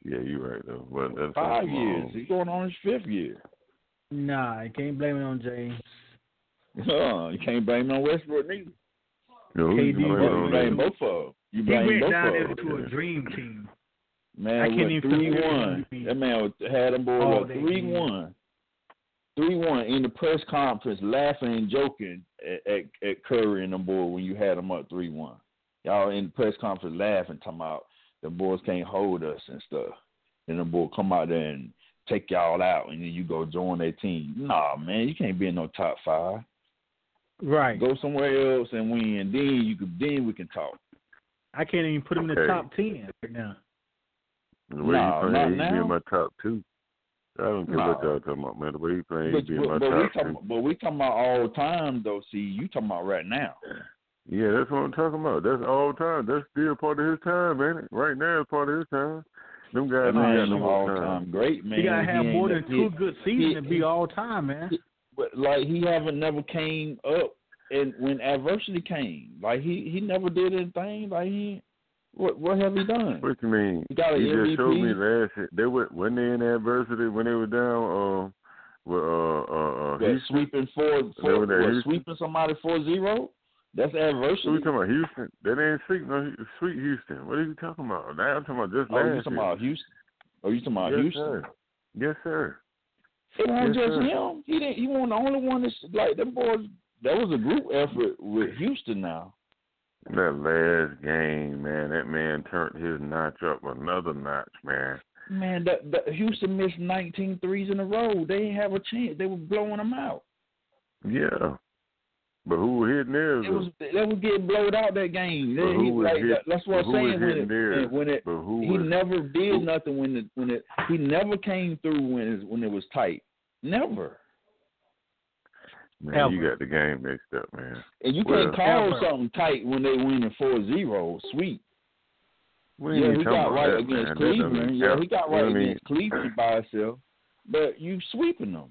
Yeah, you're right though. Well, that's
five
that's my
years.
own-
He's going on his fifth year.
Nah, you can't blame it on James.
Uh, you can't blame it on Westbrook neither.
No, who you
KD
blaming
You
Westbrook.
on
blame
that?
both of them. You
He
blame
went
both
down there
of them.
to a dream team.
Man,
I can't
what,
even
three
compare
one.
it Oh, to
That man was, had them boys
all
up
day,
three
man.
one. Three one in the press conference, laughing and joking at, at, at Curry and them boy when you had them up three one. Y'all in the press conference laughing, talking about the boys can't hold us and stuff. And the boy come out there and take y'all out, and then you go join their team. Nah, man, you can't be in no top five.
Right.
Go somewhere else and win. Then you could then we can talk.
I can't even put him in the
Okay.
top ten right now.
The way
Nah, not
he playing, he be
now.
in my top two. I don't care
Nah.
what y'all talking about, man. The way he playing, he
But,
be in my
but, but we
top
talking,
two.
but we talking about all time though. See, you talking about right now.
Yeah, that's what I'm talking about. That's all time. That's still part of his time, man. Right now it's part of his time. Them guys ain't
That man
got
is
no
an
more
all
time.
time great man.
he gotta have
ain't
more
a
than two
hit.
good seasons
he-
to be all time, man.
But like he haven't never came up and when adversity came. Like he he never did anything. Like he what what have he done?
What you mean?
You got a
just showed me
MVP?
last year. They were when they in adversity when they were down. Uh, with, uh, uh, uh,
What,
Houston.
sweeping four, four
Remember that
what,
Houston?
sweeping somebody four zero. That's
What we
adversity.
talking about? Houston? They didn't sweep no sweet Houston. What are you talking about? Now I'm talking about just
Oh, you
last
talking
year.
about Houston? Oh, you talking about
yes,
Houston?
sir. Yes, sir.
It wasn't
Yes,
just
sir.
him. He didn't. He wasn't the only one that's like them boys. That was a group effort with Houston. Now
That last game, man, that man turned his notch up another notch, man.
Man, that, that Houston missed 19 threes in a row. They didn't have a chance. They were blowing them out.
Yeah. But who was hitting theirs?
It was they were getting blowed out that game. They,
But who
he,
was
like,
hit-
that, that's what
but who
I'm
was
saying. When
hitting
it,
theirs?
when it
but who
he
was
never did
who-
nothing when it when it he never came through when it, when it was tight. Never.
Man,
Ever.
you got the game mixed up, man.
And you
Well,
can't call something tight when they winning 4-0. Sweet.
We ain't
yeah,
even
he
talking
got
about
right
that,
against
man. That doesn't
Cleveland. Yeah,
count.
he got
You know
right
what I mean?
against Cleveland by himself. But you sweeping them.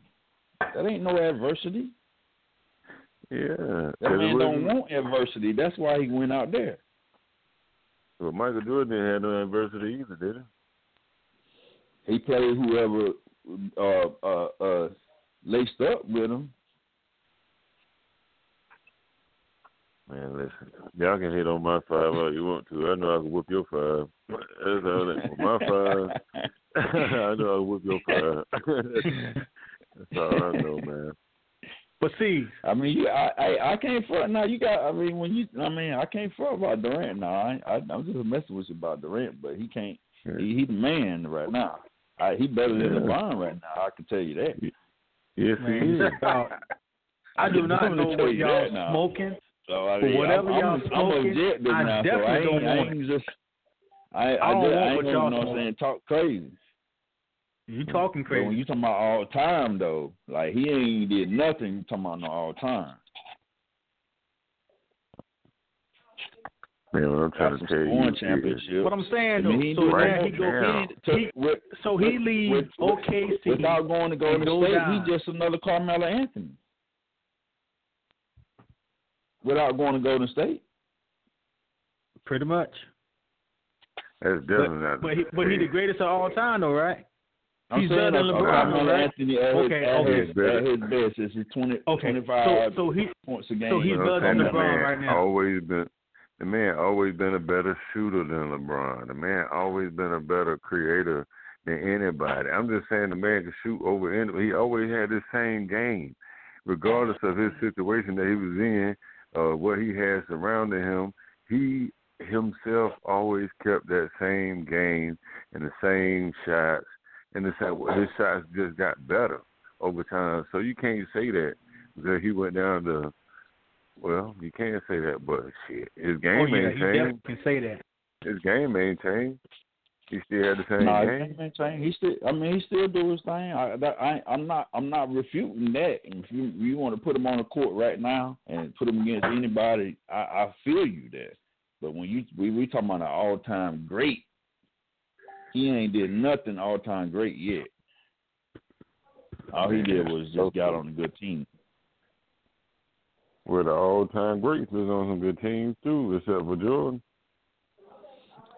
That ain't no adversity.
Yeah,
That
'cause it
man don't
wasn't-
want adversity. That's why he went out there.
Well, Michael Jordan didn't have no adversity either, did
He played whoever uh, uh, uh, laced up with him.
he? Man, listen, y'all can hit on my five all you want to. I know I can whoop your five. That's all that. Well, my five, I know I can whoop your five. That's all I know, man.
But see,
I mean, you, I, I, I can't front now. You got, I mean, when you, I mean, I can't front about Durant now. I, I, I'm just messing with you about Durant, but he can't. He, he the man right now. I, he better than
Yeah.
LeBron right now. I can tell you that.
Yes,
Man,
he is.
y'all- I do not
I'm gonna
know
tell
what
you
y'all
that now.
smoking.
So I
But
mean,
whatever
I'm,
y'all
I'm, I'm
smoking,
objective
I
now. so I
definitely
ain't,
don't
I
want
ain't just. I,
I
I,
don't
just,
want
I ain't
what
gonna,
y'all
you know what I'm
smoking.
saying, talk crazy.
You talking
But when
crazy?
you talking about all time though, like he ain't did nothing. You talking about no all time.
Man, what I'm trying
Got
to
some
tell you
scoring
is,
championship.
What I'm saying
I mean, he
though, so
knew
now
right
he
now.
go,
he, took-
he-
with,
so he
with-
leaves
with-
OKC.
without going to Golden
and go
State.
down.
He just another Carmelo Anthony. Without going to Golden State,
pretty much.
that's definitely not.
But he, but he the greatest of all time though, right?
I'm
He's
saying
better than
that's
LeBron,
Carmelo
right?
Anthony at,
Okay,
his, at,
okay.
His, at his best. It's his 20,
Okay,
25
so so he
points a game.
so he's
But I'm
better
saying
than
the
LeBron
man
right now.
Always been the man always been a better shooter than LeBron. The man always been a better creator than anybody. I'm just saying the man could shoot over anybody. He always had the same game, regardless of his situation that he was in, uh, what he had surrounding him. He himself always kept that same game and the same shots, and the same. His shots just got better over time. So you can't say that because he went down to well, you can't say that, but shit, his game
Oh yeah,
ain't
he
changed.
definitely can say that.
His game ain't changed. He still had the same
Nah, he
game.
ain't maintained. He still, I mean, he still do his thing. I, that, I, I'm not, I'm not refuting that. And If you, you want to put him on the court right now and put him against anybody, I, I feel you there. But when you, we, we talking about an all-time great, he ain't did nothing all-time great yet. All he did was just got on a good team.
Where the all-time greats is on some good teams too, except for Jordan.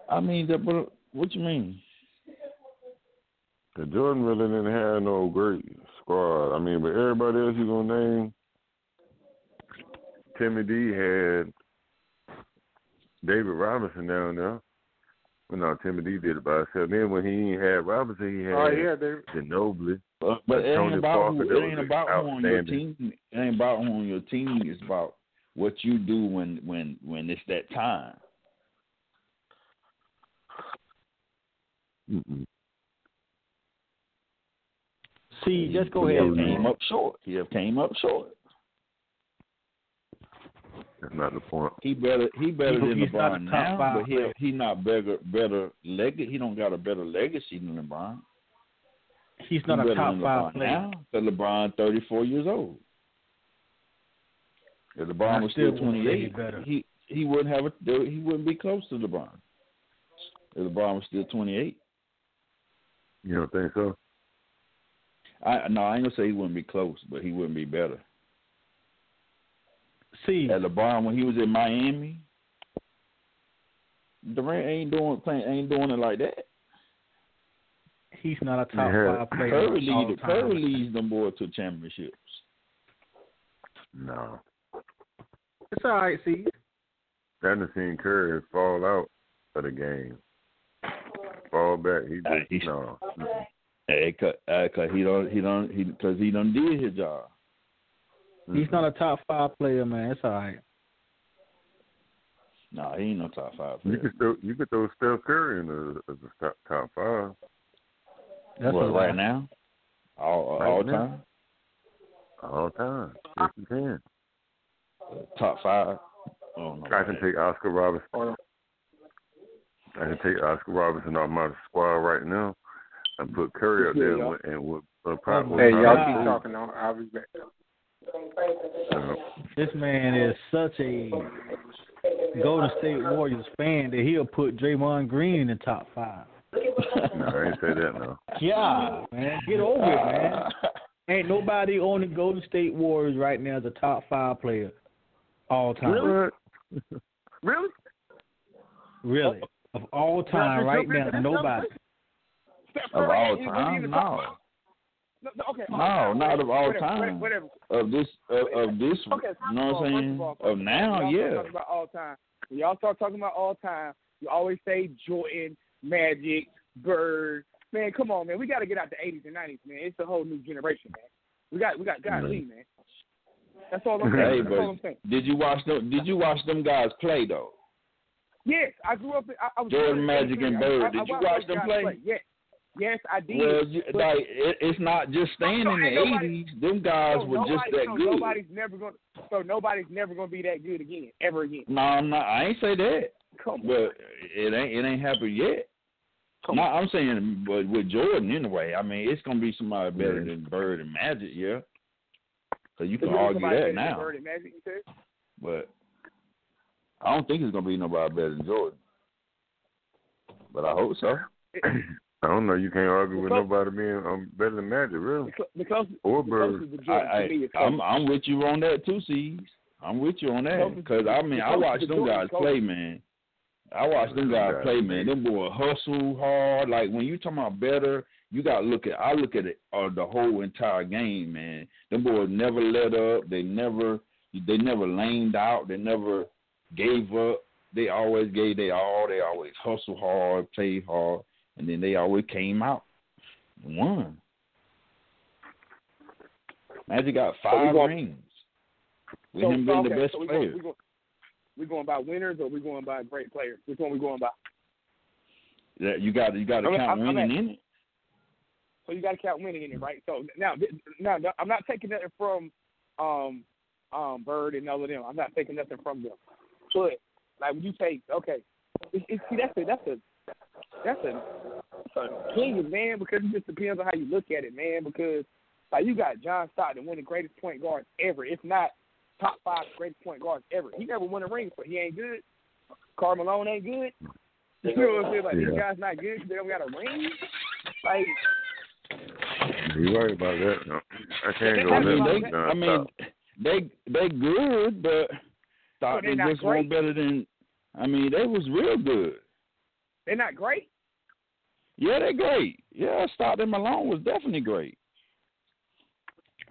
I mean, that, but what you mean?
'Cause Jordan really didn't have no great squad. I mean, but everybody else you gonna name, Timmy D had David Robinson down there. Well, no, Timmy D did it by himself. Then when he ain't had Robinson, he had
Oh yeah, they
Ginobili.
But, but it ain't
Tony
about
Parker,
who,
that
it ain't
was
about who on your
outstanding.
team. It ain't about who on your team. It's about what you do when when when it's that time.
Mm-mm.
See, just go
He
ahead,
have
man.
Came up short. He have came up short.
That's not the point.
He better he better
He-
than
he's not a
LeBron now,
top five
but he he not better better leg. He don't got a better legacy than LeBron.
He's
he
not
better
a top
than
five
LeBron
player.
now. But LeBron thirty four years old. If LeBron
I
was
still
still
wouldn't
twenty
say he
eight,
better.
he he wouldn't have a he wouldn't be close to LeBron. If LeBron was still twenty eight.
You don't think so?
I no, I ain't gonna say he wouldn't be close, but he wouldn't be better.
See,
At LeBron when he was in Miami, Durant ain't doing playing ain't doing it like that.
he's not a top
Yeah.
five player.
Curry
all
lead
time.
Curry leads them boy to championships.
No.
It's all right. See,
I done seen Curry fall out of the game. Fall back. He
Uh,
just,
he's-
no.
Hey, cause, uh, 'cause he don't he don't he because he done did his job. Mm-hmm.
he's not a top five player, man. It's all right.
No, he ain't no top five.
You
Player.
could throw you could throw Steph Curry in the, the top, top five.
That's
what,
all
right now, all
Right
all
now?
time
All time. Yes, you can.
top five. Oh no,
I can take Oscar Robertson. I can take Oscar Robinson off my squad right now and put Curry up
Yeah,
there
y'all.
and would, and would, would probably.
Hey, y'all
Nah.
keep talking. I'll, I'll be back.
This man is such a Golden State Warriors fan that he'll put Draymond Green in the top five.
no, I ain't say that no.
Yeah, man, get over it, man. Ain't nobody on the Golden State Warriors right now is a top five player all time.
Really? Really?
Really? Of all time, right now, nobody.
Of all time, no.
Okay.
No, not of all
whatever,
time.
Whatever.
Of this, of, of this,
Okay,
you know what I'm
first
saying?
of all, first
of
all,
now,
y'all
yeah.
start Talking about all time. When y'all start talking about all time, you always say Jordan, Magic, Bird. Man, come on, man. We got to get out the '80s and '90s, man. It's a whole new generation, man. We got, we got, God,
Mhm.
man. That's all I'm saying.
Hey,
That's all I'm saying.
but did you watch them? Did you watch them guys play though?
Yes, I grew up. In, I, I was
Jordan,
born in
Magic, and
83.
Bird.
I- I
Did you
watched
watch
those
them
guys
play?
Yes, yes, I did.
Well, you,
But-
like it, it's not just staying
No,
in the
ain't nobody-
'80s. Them guys
so
were just
nobody-
that
so
good.
Nobody's never gonna. So nobody's never gonna be that good again, ever again.
No, I'm not. I ain't say that.
Come on.
But it ain't it ain't happened yet.
Come
no, I'm saying, but with Jordan anyway, I mean, it's gonna be somebody better
Yeah.
than Bird and Magic, yeah. So you
So
can
you want
argue
somebody better
that
than
now,
Bird and Magic, you said?
but I don't think it's gonna be nobody better than Jordan. But I hope so.
I don't know. You can't argue with nobody being um, better than Magic, really.
The closest,
Or
the closest
Bird.
to
I,
Jordan to me
I
is
I'm
Kobe.
I'm with you on that too, C's. I'm with you on that
Kobe-
because I mean I
Kobe-
watched them
Kobe-
guys
Kobe.
play, man. I watched them guys play, man. Them boy hustle hard. Like when you talking about better, you got to look at. I look at it, uh, the whole entire game, man. Them boys never let up. They never they never lamed out. They never gave up. They always gave they all. They always hustle hard, play hard, and then they always came out and won. Magic got
we
five
gon-
rings. With
So-
him
so,
being the
okay,
best
so we
player.
Going, we going, we going by winners or we going by great players? Which one we going by?
That you got you got to
I'm-
count
I'm- I'm
winning
at-
in it.
So you got to count winning in it, right? So now, now I'm not taking nothing from um, um, Bird and all of them. I'm not taking nothing from them. But like when you take, okay, it, it, see that's a that's a that's a, that's a opinion, man, because it just depends on how you look at it, man. Because like you got John Stockton, one of the greatest point guards ever, if not top five greatest point guards ever. He never won a ring, but he ain't good. Carl Malone ain't good. You know what I'm saying? Like these
Yeah.
guys not good. 'cause They don't got a ring. Like
You right about that. No. I
They-
can't go
I
there.
mean,
That's
they, I mean, they they good, but Stockton
not
just weren't better than. I mean, they was real good.
they're not great.
Yeah, they great. Yeah, Stockton Malone was definitely great.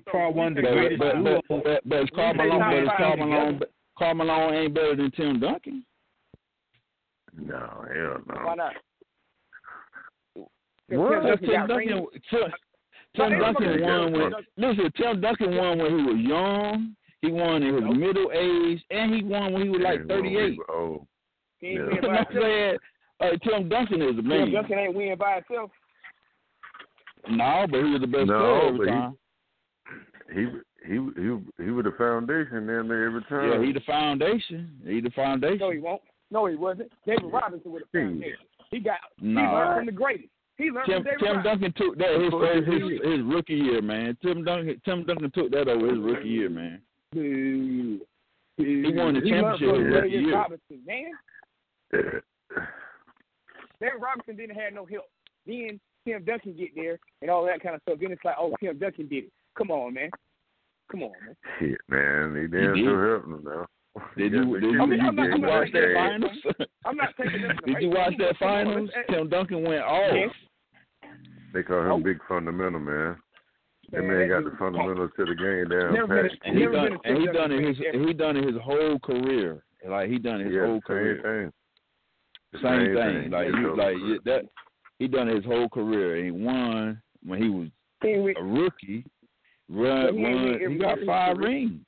Probably one of the
But
greatest
but but,
duos.
but, but Carl
They
Malone,
top
but
five
Carl
together.
Malone, but Karl Malone ain't better than Tim Duncan.
No, hell no.
Why not?
Well,
Tim Duncan
Tim
got
Duncan,
rings.
Tim, Tim
No,
Duncan
everybody-
won when listen. Tim Duncan won when he was young. He won in his middle age, and he won when he was like
Yeah, when we
thirty-eight.
were old.
He ain't
Yeah.
winning
Come
by
on,
himself.
man. Uh, Tim Duncan is a
Tim
man.
Duncan ain't winning by himself.
No, but he was the best
No,
player every
but he-
time.
He he he he was the foundation damn near every time.
yeah, he the foundation. He the foundation.
No, he won't. No, he wasn't. David Robinson would have found
Yeah.
it. He got. He
Nah.
learned from the greatest. He learned
Tim
from David
Tim
Robinson.
Duncan took that his,
Before
first, his
he-
his rookie year, man. Tim Duncan Tim Duncan took that over his rookie year, man.
Boo.
He won the
He learned
championship
from
his rookie
David
year.
Robinson, man.
Yeah.
David Robinson didn't have no help. Then Tim Duncan get there and all that kind of stuff. Then it's like, oh, Tim Duncan did it. Come on, man. Come on, man.
Shit, man, he damn
He did.
sure helping him now.
Did you did
Yeah,
you,
I mean,
did
I'm not-
you
I'm not
watch
taking
that
it.
finals?
I'm not taking this
did you
away.
watch that
Come on,
finals?
let's-
Tim Duncan went off.
Yes.
They call
Oh.
him Big Fundamental, man. That man got the fundamentals to the game down.
Never been a-
pat.
And he
Never
done,
been a
and he
Tim
done
Duncan
it his
fan
he done it his whole career. Like he done it his
yeah,
whole
same
career.
thing. The
same thing. Like
His
you,
whole
like
career.
you, that. He done his whole career, and he won when he was
He went-
a rookie.
But
Run,
he ain't
won.
win
He
every
got
year.
five rings.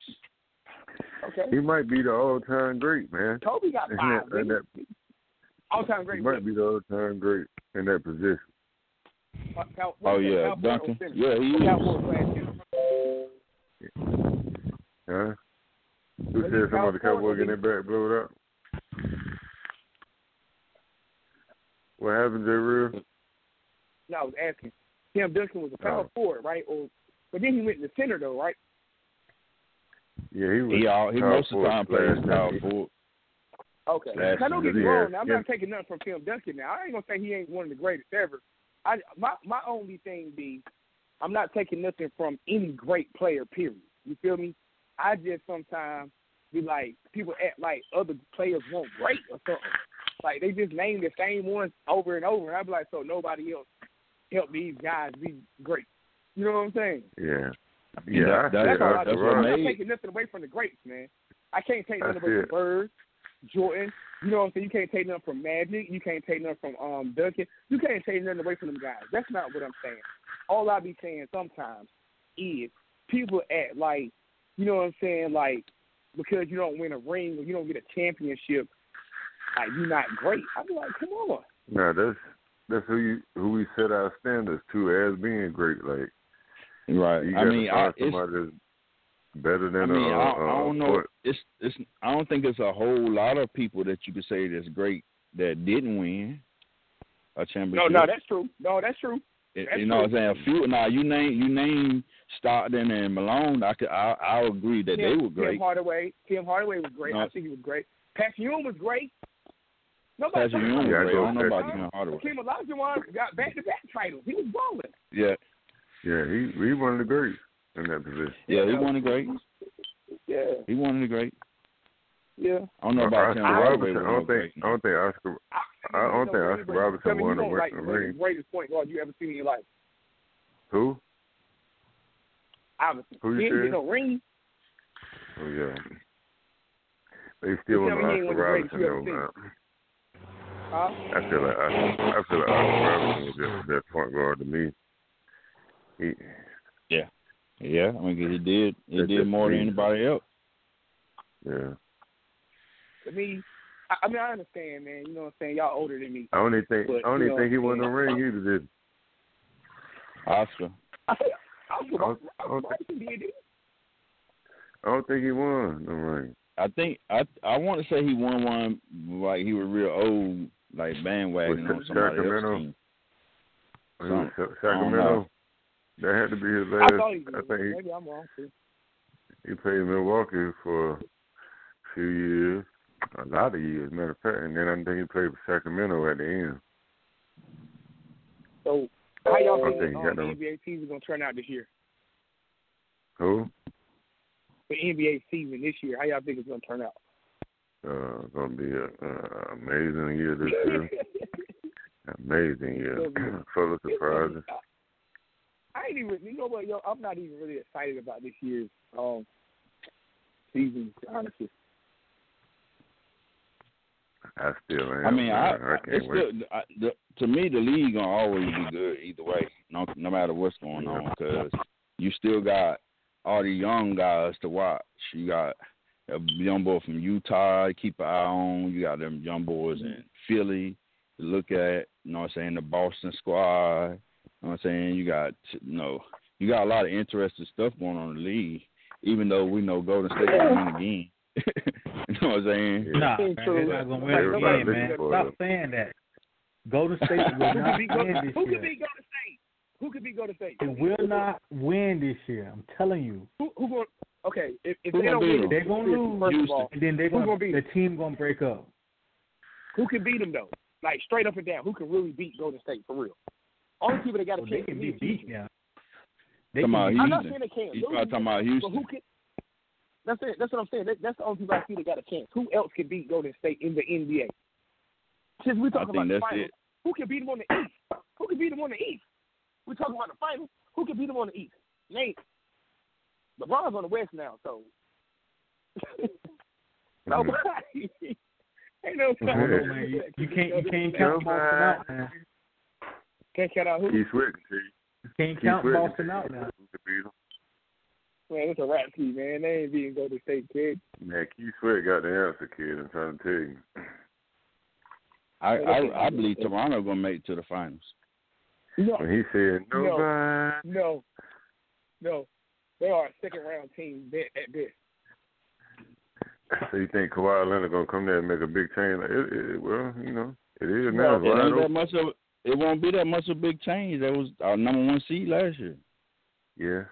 Okay.
He might be the all-time great, man.
Kobe got
In
five.
that, in that,
All time
he
great.
might be the all-time great in that position.
Oh yeah, Duncan. Yeah, he is.
Huh? Who said somebody the Cowboys getting their back blowed up? What happened, J. Real?
No, I was asking. Tim Duncan was a power
Oh.
forward, right? Or but then he went to center though, right?
Yeah, he was.
He all he
power
most of the time
forward
plays
slash
power
safety.
forward.
Okay.
Slash
now don't get me
Lee
wrong. Now, I'm
Harris.
not taking nothing from Tim Duncan. Now I ain't gonna say he ain't one of the greatest ever. I my my only thing be, I'm not taking nothing from any great player. Period. You feel me? I just sometimes be like people act like other players weren't great or something. Like they just name the same ones over and over, and I be like, so nobody else helped these guys be great. You know what I'm saying?
Yeah.
Yeah,
Yeah, I
that- that's
said
all-
Arthur
that's what
Rudd.
I'm
made-
not taking nothing away from the greats, man. I can't take nothing
That's
away
it.
from Bird, Jordan. You know what I'm saying? You can't take nothing from Magic. You can't take nothing from um Duncan. You can't take nothing away from them guys. That's not what I'm saying. All I be saying sometimes is people act like, you know what I'm saying, like because you don't win a ring or you don't get a championship, like you're not great. I be like, come on.
No, that's that's who you who we set our standards to as being great. Like
Right.
you
I
gotta
mean, I-
find
it's-
somebody uh, that's better
I
than
mean,
a,
I, I
a-
don't
a-
know. It's it's. I don't think it's a whole lot of people that you could say that's great that didn't win a
No,
championship.
no, that's true. No, that's true.
You-
that's
you know what I'm
true.
saying? A few. Now you name you name Stockton and Malone. I could I I agree that they
Tim-
were great.
Tim Hardaway. Tim Hardaway was great.
No.
I think he was great. Pat Hume was great. Nobody.
Patrick Ewing was
Yeah, I
great. I
go
don't know
with
about
Patrick.
Tim Hardaway.
Hakeem Olajuwon got back-to-back titles. He was balling.
Yeah,
Yeah, he he one of the greats in that position.
yeah, he won the great.
Yeah,
He won the great.
yeah.
I don't know about
Oscar
Tim Hardaway.
Robertson. I
was
don't think I don't think Oscar. I don't think Oscar Robertson
Tell me you
won a
don't
wi-
like
a
one of the
ring.
greatest point guard you ever seen in your life.
Who?
Obviously,
Who you
he ain't
said?
get no ring.
Oh yeah. They still
You
on
tell
the
me he
Oscar
ain't one of the greatest
Robertson
you ever
though. man.
Huh?
I feel like Oscar, I feel like Oscar Robertson was just the best point guard to me. He
Yeah, I mean he did. He
That's
did
just
more than
me.
anybody else.
yeah.
To me, I, I mean, I understand, man. You know what I'm saying? Y'all older than me.
I only think
But,
I only
you know,
think he won the ring either. Did
Oscar.
I think Oscar
I don't-
Robertson-
I don't
Oscar Robertson did it.
I don't think he won the ring.
I think I I want to say he won one like he was real old, like bandwagon
With
on somebody else's
Sacramento?
team.
He was Sa-
know.
Sacramento. That had to be his
I
last.
thought he did.
I think he
Maybe I'm wrong too.
He played Milwaukee for a few years, a lot of years, matter of fact, and then I think he played for Sacramento at the end.
So, how y'all
I
think
think he got
um, the
no.
NBA season gonna turn out this year?
Who?
The NBA season this year, how y'all think it's gonna turn out?
Uh, gonna be an uh, amazing year this year. amazing year, full of surprises.
I ain't even. You know what, yo? I'm not even really excited about this year's um season. Honestly,
I still am.
I mean, I,
man. I can't
it's
wait.
still, I, the, to me the league gonna always be good either way, no no matter what's going on, because you still got all the young guys to watch. You got a young boy from Utah to keep an eye on. You got them young boys in Philly to look at. You know what I'm saying? The Boston squad. You know what I'm saying? You got you know, you got a lot of interesting stuff going on in the league. Even though we know Golden State will win again. you know what I'm saying?
Yeah.
Nah, man,
Team
they're
true.
not gonna
Like,
win
nobody
again, man.
looking for
Stop
them.
saying that. Golden State will
who
not
could be go?
win this
Who could
year.
be go to state? Who could be go to state?
They will not win this year. I'm telling you.
Who, who going? Okay, if, if
Who
they
gonna
don't
beat them?
win, this
They're gonna
year,
lose,
First of all,
and then they're
Who
gonna,
gonna beat
the team gonna break up.
who can beat them though? Like straight up and down, who can really beat Golden State for real? Only people that got a
Well, they
chance to
can be
beat
beat now. They
Come
can
on,
be-
I'm not
Houston.
saying they can't
He's
lose,
probably talking about
but
Houston.
who can? That's it. That's what I'm saying. That, that's the only people I see that got a chance. Who else can beat Golden State in the NBA? Since we're
I
talking
think
about the
that's
finals,
it.
who can beat them on the East? Who can beat them on the East? We're talking about the finals. Who can beat them on the East? Nate. LeBron's on the West now, so
Mm-hmm.
Mm-hmm.
nobody. Ain't no.
I don't know, man. You, you can't you can't count
Yeah, man.
Boston out, man.
Can't count out who?
Keith Whitley.
You can't
Keith
count
Whitley.
Boston out now.
Who could beat him?
Man, it's a rap key, man. They ain't beating Golden State, kid.
Man, Keith Sweat got the answer, kid. I'm trying to tell you.
I, I I believe Toronto gonna make it to the finals.
No,
When he said
Oh, No.
nobody,
no, no. They are a second round team at, at best.
so you think Kawhi Leonard gonna come there and make a big change? Like, it, it, well, you know, it is
No,
now.
It
It's wide
ain't
open.
that much of it won't be that much of a big change. That was our number one seed last year.
Yeah.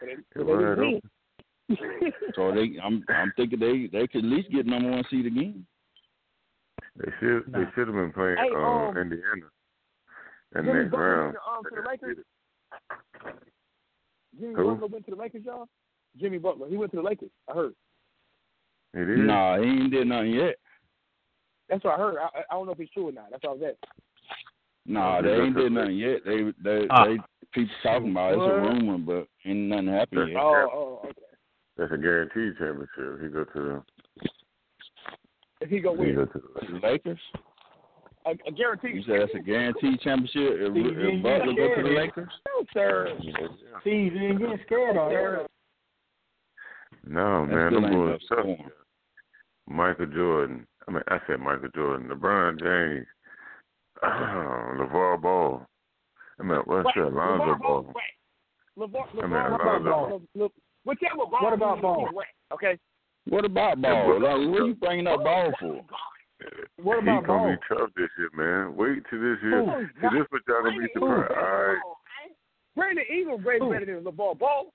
But they,
It
but they
wide
didn't win.
open.
so they, I'm, I'm thinking they, they could at least get number one seed again.
They should they should have been playing
Hey,
um,
um,
Indiana in the
Jimmy
next
Butler
round.
went to, um, to the Lakers. Jimmy
Who?
Butler went to the Lakers, y'all. Jimmy Butler, he went to the Lakers. I heard.
It
is. Nah, he ain't did nothing yet.
That's what I heard. I, I- I don't know if it's true or not. That's all that.
Nah, they ain't did nothing yet. They, they,
Ah.
they people talking about it. it's a
What?
rumor, but ain't nothing happened yet.
Oh, oh, okay.
That's a guaranteed championship. He go to
If he go
the he
win,
go to the
Lakers.
I, I guarantee.
You said that's a guaranteed championship if, if Butler go to the Lakers.
No, sir.
See, you ain't getting scared of it.
No
That
man,
still
I'm
ain't
going
enough
tough. Michael Jordan. I mean, I said Michael Jordan, LeBron James, oh, LeVar Ball. I mean, what's
Right.
that? Lonzo
LeVar Ball,
Ball.
right. LeVar,
I mean,
LeVar-
Lonzo Ball.
Le- Le- whichever Ball
What about
team
Ball?
he's with, Okay.
What about ball? Like, what are you bringing up ball for?
What
He
about
gonna
Ball? Oh,
be tough this year, man. Wait till this year.
Who?
See, this what y'all gonna be surprised. All right,
Brandon Ingram way better than LeVar Ball.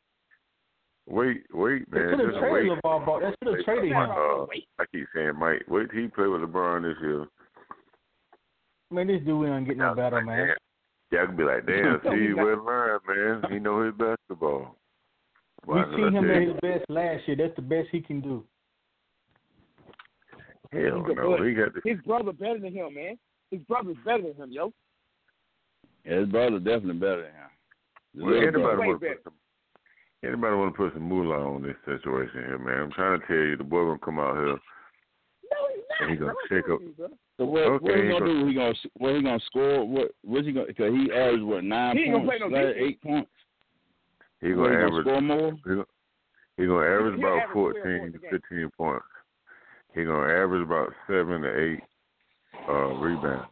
wait, wait,
They
man.
should
Just
have traded
wait.
LeVar Ball. They should
They-
have traded him.
Uh, I keep saying Mike. Wait till he play with LeBron this year.
Man, this dude ain't getting no better, man.
Y'all could be like, damn,
No,
see,
he's not.
we're lying, man. He know his basketball.
We
Why did I
seen him
tell
at
you?
his best last year. That's the best he can do.
Hell
He's a
no,
good-
he got the
His brother better than him, man. His brother's better than him, yo.
Yeah, his brother definitely better than him. His
Well,
little
anybody
brother.
want to put some anybody want to put some moolah on this situation here, man. I'm trying to tell you, the boy gonna come out here and he gonna shake up.
So what, what
Okay,
he
he
gonna
go-
do? He gonna what he gonna score? What what's he gonna? Cause he averaged what nine
He ain't gonna
points,
play no
last
defense.
eight points.
He
What,
gonna
he gonna
average
score more.
He gonna, he gonna average
he'll
about
average three or four
14 to 15 points. He gonna average about seven to eight uh, rebounds.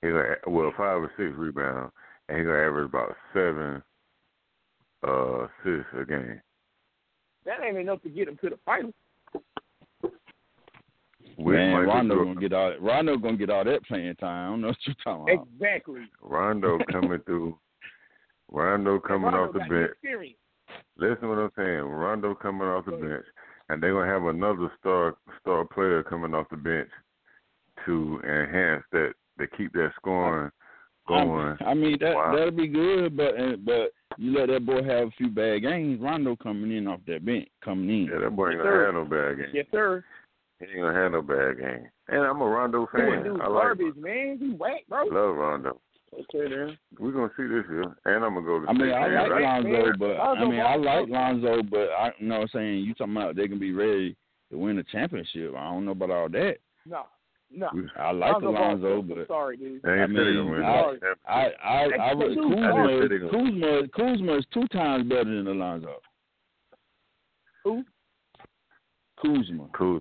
He gonna a- well five or six rebounds, and he gonna average about seven uh, assists a game.
That ain't enough to get him to the final.
With
Man,
Michael
Rondo
Jordan.
gonna get all Rondo gonna get all that playing time. I don't know what you're talking about.
Exactly.
Rondo coming through. Rondo coming
Rondo
off the
got
bench.
experience.
Listen to what I'm saying. Rondo coming off the bench, and they're gonna have another star star player coming off the bench to enhance that to keep that scoring going.
I, I mean that
Wow.
that'll be good, but uh, but you let that boy have a few bad games. Rondo coming in off that bench, coming in.
Yeah, that boy ain't gonna have no bad game.
Yes, sir.
He ain't gonna have no bad game. And I'm a Rondo
He would
fan.
do
I like
garbage, man. He whack, bro.
love Rondo.
Okay, then.
We're gonna see this year, and I'm gonna go to.
I mean, I
State
like
fan, right?
Lonzo, but I
Lonzo
mean, I
Ball-
like Lonzo, but I you know what I'm saying you talking about they can be ready to win a championship. I don't know about all that.
No, no.
I like
Lonzo Ball-
Alonzo,
I'm
but
sorry, dude.
They
I
ain't said they gonna
mean,
win
I,
the championship.
I, I, I,
They
would-
do.
Kuzma,
I didn't say they
is-
gonna-
Kuzma, Kuzma is two times better than Alonzo.
Who?
Kuzma.
Kuzma.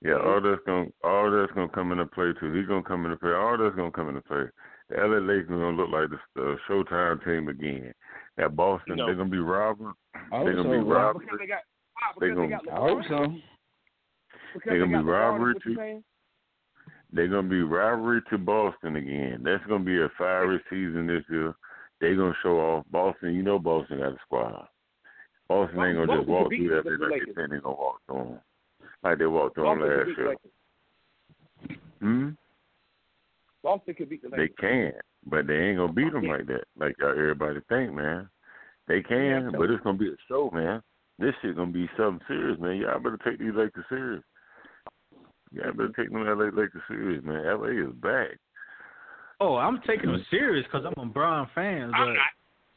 Yeah, all that's gonna all that's gonna come into play too. He's gonna come into play. All that's gonna come into play. The LA Lakers gonna look like the the Showtime team again. At Boston,
No.
they're gonna be robbing.
I
They're
hope so,
gonna be
bro.
robbing.
Because they got, why?
They
Because they got
gonna-
I hope
LeBron.
so.
Because
They
they
gonna be
got LeBron,
rivalry
what you
to
saying?
they're gonna be rivalry to Boston again. That's gonna be a fiery season this year. They're gonna show off Boston. You know Boston got a squad. Boston ain't gonna just
Boston
walk
beat
through that
the
thing like they
Lakers.
think they're gonna walk through 'em. like they walked through 'em
Boston could
last
beat the
year.
Lakers.
Hmm?
Boston could beat the
They
Lakers.
can, but they ain't gonna beat them like that, like y'all everybody think, man. They can, but it's gonna be a show, man. This shit gonna be something serious, man. Y'all better take these Lakers serious. Y'all better take them LA Lakers serious, man. LA is back.
Oh, I'm taking
Mm.
them serious because I'm a Brown fan, but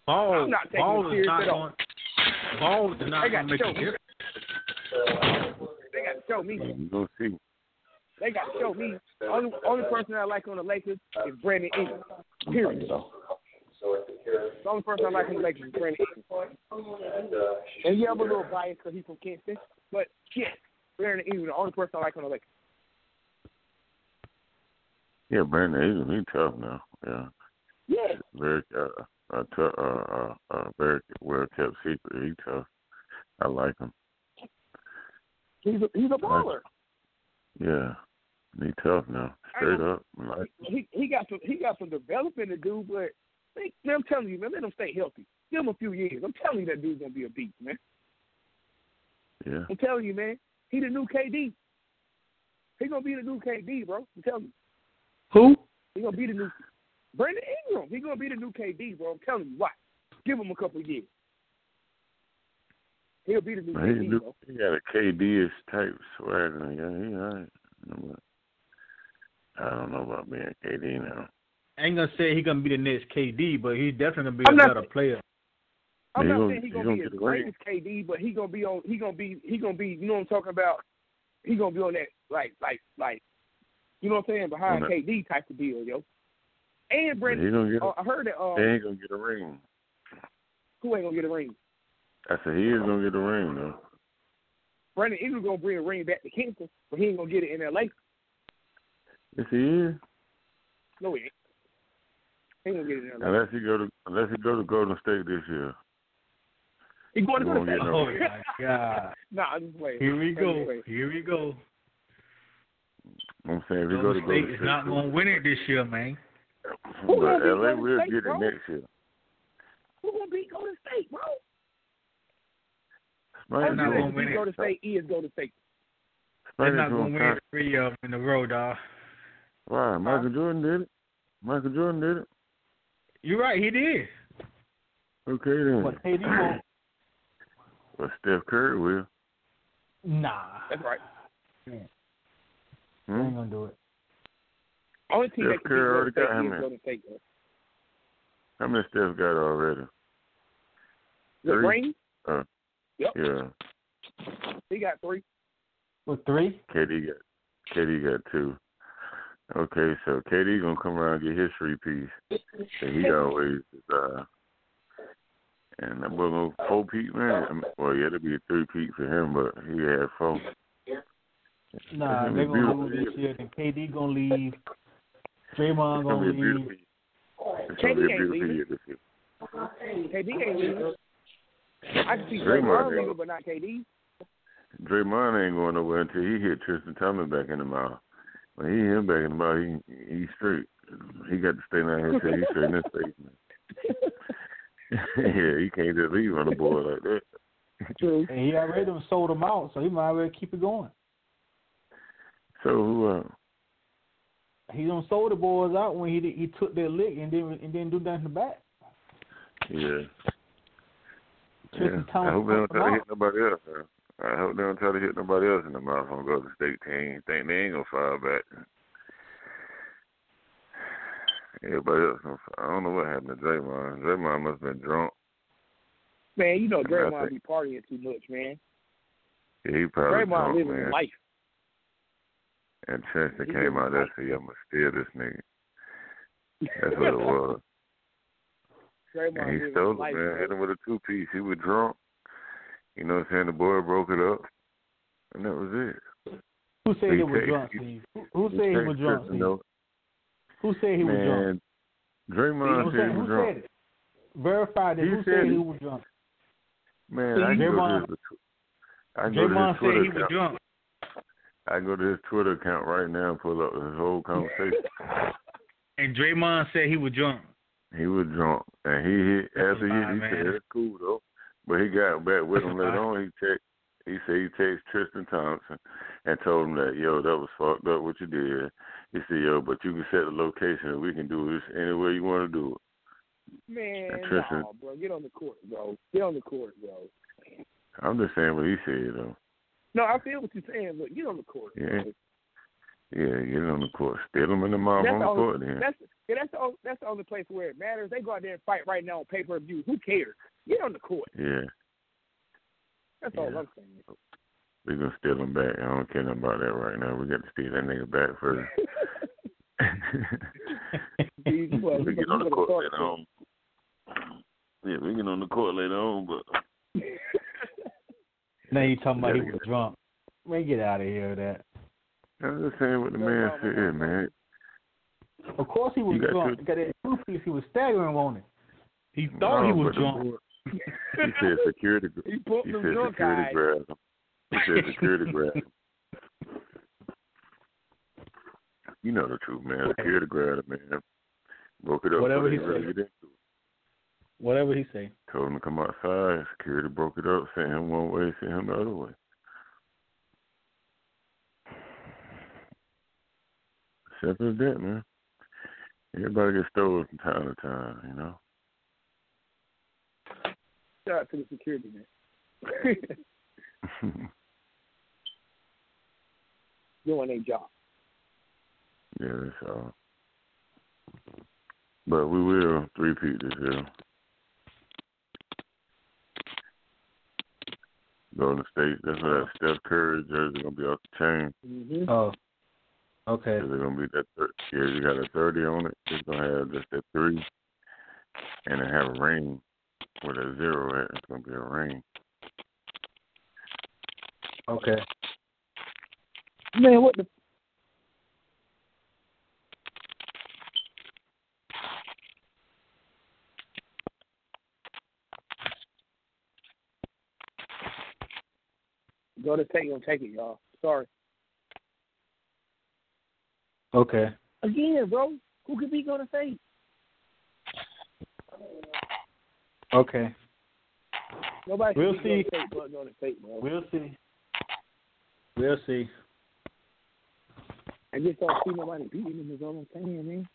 Ball,
I'm not taking
Ball is
them serious
not
at all.
going. Ball is
They
not
got
going to make a
choked.
difference.
They got to show me.
You gonna see.
They got to show me. Only, only person I like on the Lakers is Brandon Ingram. Period. The only person I like on the Lakers is Brandon Ingram. And yeah, I'm a little biased because he's from Kansas, but shit, Brandon Ingram the only person I like on the Lakers.
Yeah, Brandon Ingram, he tough now. Yeah,
Yeah.
very uh, uh, tough, uh, uh, uh, very well kept secret. He tough. I like him.
He's a, he's a baller.
Yeah, he tough now. Straight up, I like. him.
He he got some he got some developing to do, but they, I'm telling you, man, let him stay healthy. Give him a few years. I'm telling you that dude's gonna be a beast, man.
Yeah.
I'm telling you, man. He the new KD. He gonna be the new KD, bro. I'm telling you.
Who?
He gonna be the new Brandon Ingram. He gonna be the new KD, bro. I'm telling you. Why? Give him a couple of years. He'll be the new
Man, he,
KD,
do-
bro.
he got a KD-ish type swagger. Yeah, he all right. But I don't know about being KD now.
I ain't gonna say he gonna be the next KD, but he's definitely gonna be
I'm
a
not-
better player.
I'm
He
not
gonna-
saying
he
he's gonna,
gonna
be as
get
great
away.
as KD, but he gonna be on. He gonna be. He gonna be. You know what I'm talking about? He gonna be on that like like like. You know what I'm saying? Behind
On that-
KD type of deal, yo.
But
And Brandon,
he gonna get.
uh, I heard that.
he
Um,
ain't gonna get a ring.
who ain't gonna get a ring?
I said he is gonna get a ring though.
Brandon Ingram gonna bring a ring back to Kingston, but he ain't gonna get it in LA.
Yes, he is.
No, he ain't. He ain't gonna get it in LA.
Unless he go to unless he go to Golden State this year.
He going to
He
go to
won't get no
State.
ring.
Oh, God.
Nah, I'm just playing.
Here we
I'm
go.
just playing.
Here we go.
I'm saying if he go to
Golden
Golden
State
State,
is not gonna win it this year, man.
but
Who gonna beat
LA
Golden
will
State,
get
bro?
it next year.
Who gonna beat Golden State, bro?
Right,
not
Only thing
gonna
that
win
beat
it.
Golden State is Golden State.
They're
Right,
not
it's
gonna
gonna
win
cost-
three of them in a row, dog.
Why? Michael Jordan did it. Michael Jordan did it.
You're right. He did.
Okay then. But
KD won't.
But Steph Curry will.
Nah.
That's right.
Hmm?
Mm-hmm.
ain't gonna do it.
Only team
Steph
that can
Curry already
beat
got
Golden State
him in.
is Golden State. Bro.
How many Steph got already?
The
Three?
ring,
Uh,
Yep.
Yeah.
he got three.
With three?
KD got KD got two. Okay, so KD gonna come around and get his three piece. that he always uh and that boy gonna four peat man. I mean, well yeah, it'll be a three peat for him, but he had four.
Nah,
It's gonna
they're
be
gonna
beautiful.
lose this year. Then KD gonna leave. Draymond
It's gonna
gonna
be a
leave.
beautiful it's gonna be a beautiful year this year.
KD ain't leaving. I can see
Draymond
Draymond
ain't.
leaving, but not KD.
Draymond ain't going nowhere until he hit Tristan Thomas back in the mouth. When he hit him back in the mouth, he he straight. He got to stay down here until he's straight in his face, man. yeah, he can't just leave on the board like that.
True.
And he already done sold them out, so he might as well keep it going.
So who uh
He done sold the boys out when he did, he took their lick and didn't and didn't do nothing to back.
yeah.
Tristan
yeah. I
Thomas
hope they don't
pumped
try
him
to
out.
hit nobody else. Huh? I hope they don't try to hit nobody else in the mouth on Golden State team. Think they ain't gonna fire back. Everybody else, gonna fire. I don't know what happened to Draymond. Draymond must have been drunk.
Man, you know
Nothing.
Draymond be partying too much, man.
Yeah, he probably
Draymond
drunk,
living
man.
his life.
And Chester
He
came
was
out there and said, I'ma steal this nigga. That's what it was.
Draymond
and he
living
stole
his
it,
life.
man.
bro.
Hit him with a two piece. He was drunk. You know what I'm saying? The boy broke it up. And that was it.
Who said
He
he was
take-
drunk,
he-
Steve? Who, who said he was
Texas,
drunk, Steve?
though.
Who said he was drunk?
Man, Draymond
Who
said
said,
he
who
was
said
drunk.
it? Verify this.
He
Who
said
said
it.
he was drunk?
Man, I can
Draymond-
go to his, I can go to his Twitter
Draymond said he was
account.
drunk.
I can go to his Twitter account right now and pull up his whole conversation.
And Draymond said he was drunk.
he was drunk. And he hit, after
lie,
he, he
man.
said, that's cool, though. But he got back with him later on. He checked. He said he texted Tristan Thompson and told him that, yo, that was fucked up what you did. He said, yo, but you can set the location and we can do this any way you want to do it.
Man,
Tristan-
nah, bro, get on the court, bro. Get on the court, bro.
I'm just saying what he said, though.
No, I feel what you're saying, but get on the court.
Yeah. Yeah, get on the court. Steal him in the mouth
That's
on the
all-
court then.
That's yeah, that's the only, that's the only place where it matters. They go out there and fight right now on pay per view. Who cares? Get on the court.
Yeah,
That's all I'm saying.
we gonna steal him back. I don't care nothing about that right now. We got to steal that nigga back first.
These boys,
we
you
get on the
gonna
court
talk
later on. Yeah, we get on the court later on, but
Now you talking about he
Yeah,
was drunk. Man, get out of here with that.
I'm just saying what the man said, man.
Of course he was
You got
drunk. Got that two piece. He was staggering, wasn't he? He
thought he No, was but the drunk. He said security. gra-
He pumped
he
them
said
drunk
security
eyes.
grab him. He said security grab him. You know the truth, man. Security grab him, man. Broke it up.
Whatever
so
he
they really
said.
didn't
Whatever he say.
Told him to come outside. Security broke it up. Sent him one way, sent him the other way. Simple as that, man. Everybody gets stolen from time to time, you know.
Shout out to the security man. Doing their job.
Yeah, that's all. But we will three peat this year. Golden State, that's where that Steph Curry jersey gonna be off the chain.
Mm-hmm.
Oh, okay.
It's gonna be that thir- yeah, you got a thirty on it. It's gonna have just that three, and it have a ring with a zero at. it. It's gonna be a ring.
Okay.
Man, what the? Go to take gonna take it, y'all. Sorry.
Okay.
Again, bro. Who could be gonna say?
Okay.
Nobody.
We'll
could beat
see.
Golden State, but Golden State, bro.
We'll see. We'll see.
I just don't see nobody beating them. Is all I'm saying, man.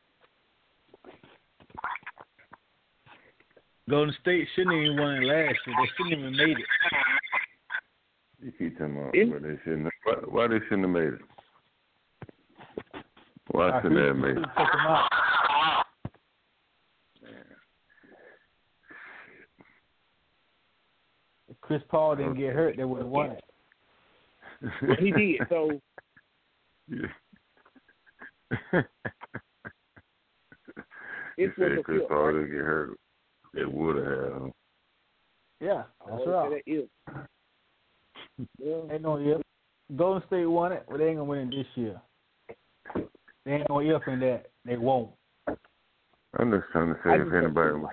Golden State shouldn't even won it last year. They shouldn't even made it.
You keep talking about where they shouldn't. Why, why they shouldn't have made it?
Uh,
Why shouldn't they have made it?
Took 'em out. If Chris Paul didn't get hurt, they would have won it.
Well, he did. So
You
it's
said
what
Chris
the
Paul didn't get hurt. They would have had him.
Yeah, that's right. Ain't no if. Golden State won it, but they ain't gonna win it this year. They ain't no if in that. They won't.
I'm just trying to say if anybody was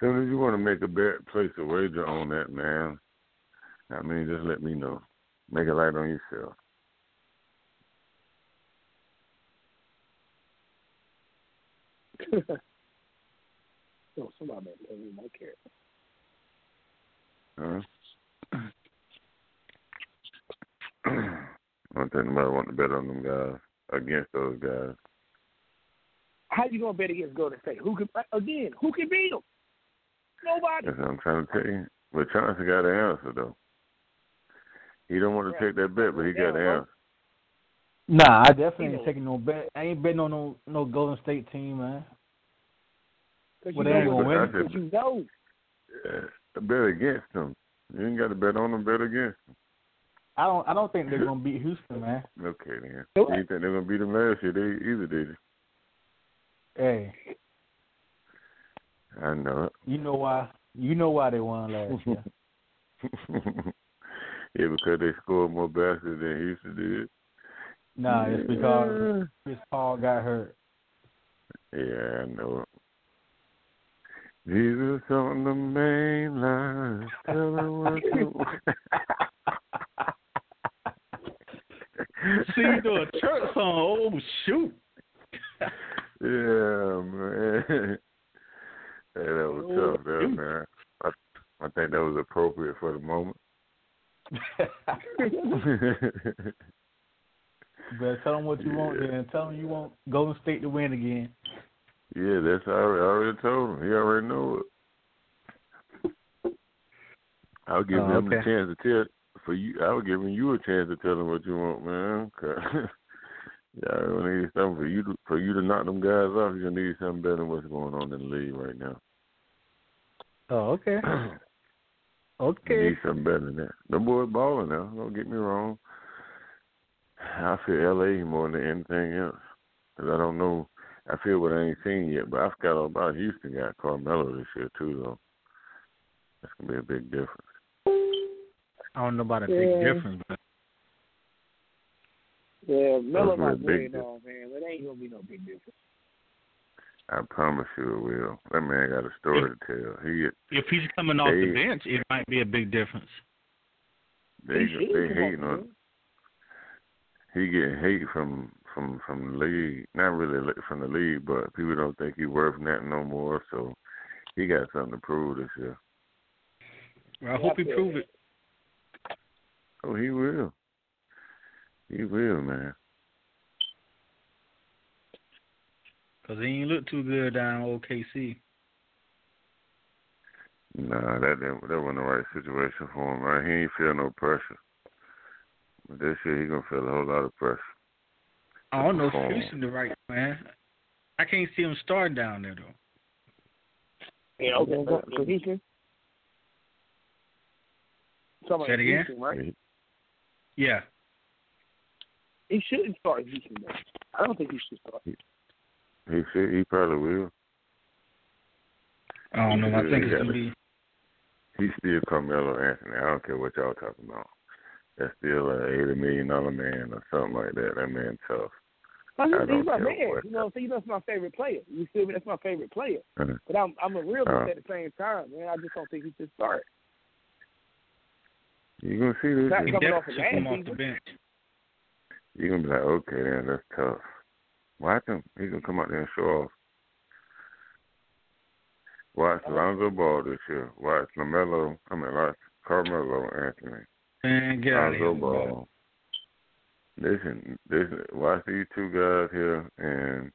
soon as you want to make a bet, place a wager on that, man. I mean, just let me know. Make a light on yourself.
no, Oh, somebody better pay me my carrot.
Huh? I don't think nobody want to bet on them guys against those guys.
How you gonna bet against Golden State? Who could again? Who can beat them? Nobody.
That's what I'm trying to tell you. But Chauncey got an answer though. He don't want to take that bet, but he got an answer.
Nah, I definitely ain't taking no bet. I ain't betting on no no Golden State team, man.
'Cause
Well,
you
they ain't
know
gonna
what-
win.
'cause you know.
Uh, bet against them. You ain't got to bet on them. Bet against.
I don't I don't think they're gonna beat Houston, man.
Them. Okay then.
Nope.
You think they're gonna beat them last year? They either did. it.
Hey,
I know it.
you know why? You know why they won last year?
yeah, because they scored more baskets than Houston did.
Nah, it's because Chris Paul got hurt.
Yeah, I know it. Jesus on the main line, tell her what to-
See, you do a church song. Oh shoot!
Yeah, man. Hey, that was
Oh,
tough, there,
shoot.
man. I, I think that was appropriate for the moment.
But tell them what you want, then. Tell them you want Golden State to win again.
yeah, that's I already, I already told him. He already knew it. I'll give
Oh,
him a
okay.
chance to tell for you. I'll give him you a chance to tell him what you want, man. 'cause- yeah, I need something for you to, for you to knock them guys off. You're gonna need something better than what's going on in the league right now.
Oh, okay.
You
okay.
need something better than that. The boy balling now. Don't get me wrong. I feel LA more than anything else. 'Cause I don't know. I feel what I ain't seen yet, but I forgot all about Houston got Carmelo this year too, though. That's gonna be a big difference.
I don't know about a big
Yeah.
difference, but
Yeah, Melo
Those were
might
big
win
difference.
on, man. But it ain't gonna be no big difference.
I promise you it will. That man got a story to tell. He
if he's coming off the
They-
bench, it might be a big difference.
they
He should
they
come
hating
off
on. He getting hate from from from the league. Not really li- from the league, but people don't think he worth nothing no more. So he got something to prove this year.
I hope he prove it.
Oh, he will. He will, man.
Because he ain't look too good down in OKC.
Nah, that didn't, that wasn't the right situation for him, man. He ain't feel no pressure. But this year he gonna feel a whole lot of pressure.
I don't know
Oh.
if Houston the right man. I can't see him starting down there though.
Yeah, okay. Because Houston. Talking about
Say it again?
Houston, right?
Yeah.
He shouldn't start Houston. Though. I don't think he should start.
He should, he probably will.
I don't know. I
Yeah,
think
yeah.
it's gonna be
He's still Carmelo Anthony. I don't care what y'all talking about. That's still a eighty million dollar man or something like that. That man tough.
I
I don't
he's my
care
man.
what-
You know, see, that's my favorite player. You feel me? That's my favorite player.
Uh-huh.
But I'm I'm a realist
Uh-huh.
at the same time, man. I just don't think he should start.
You gonna see this?
Not
year.
coming off of last season.
you gonna be like, okay, then that's tough. Watch him. He gonna come out there and show off. Watch Lonzo Ball this year. Watch Lamelo. I mean, watch Carmelo Anthony.
man, get out of here.
Lonzo Ball. Listen, listen. Watch these two guys here and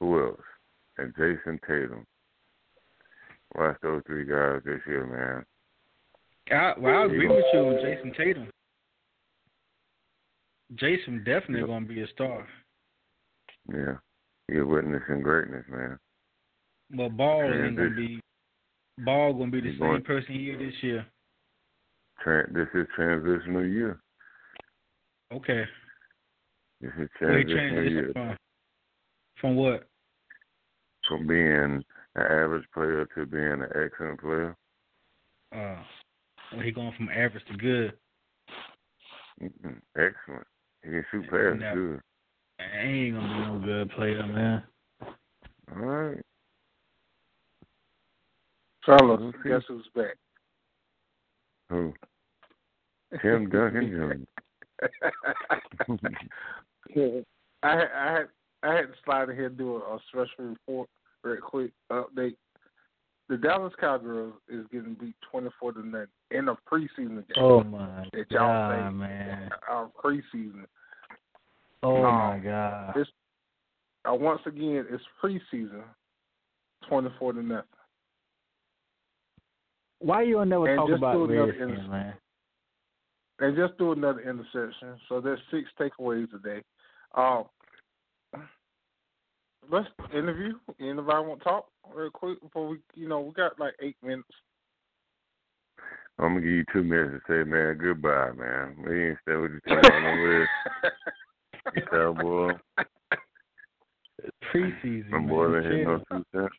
who else? And Jason Tatum. Watch those three guys this year, man.
I, well, I
He
agree
gonna-
with you on Jason Tatum. Jason definitely gonna be a star.
Yeah, you're witnessing greatness, man.
But Ball ain't gonna be
Transition.
Ball gonna be the
He's
same
going-
person he is this year.
Tran this is transitional year.
Okay.
This is
Where he
transitional year.
transitioned from from what?
From being an average player to being an excellent player.
Uh well, he going from average to good.
Mm-mm. Excellent. He can shoot past
No.
good.
He ain't gonna be no good player, man.
All right.
Carlos, guess who's back?
Who? Tim Duncan Jr.
I had, I had I had to slide in here and do a, a special report, very quick update. The Dallas Cowgirls is getting beat twenty four to nothing in a preseason game.
Oh my
That y'all
god,
say.
man!
Our preseason.
Oh
No.
my god!
It's uh, once again it's preseason, twenty four to nothing.
Why you don't never
And
talk
just do
about
another
Redskins,
inter-
man?
They just do another interception, so there's six takeaways today. Um, let's interview. Anybody want to talk real quick before we, you know, we got like eight minutes.
I'm gonna give you two minutes to say, man, goodbye, man. We ain't said what you talking about no list. Cowboy.
Preseason.
Them boys ain't hit no two cents.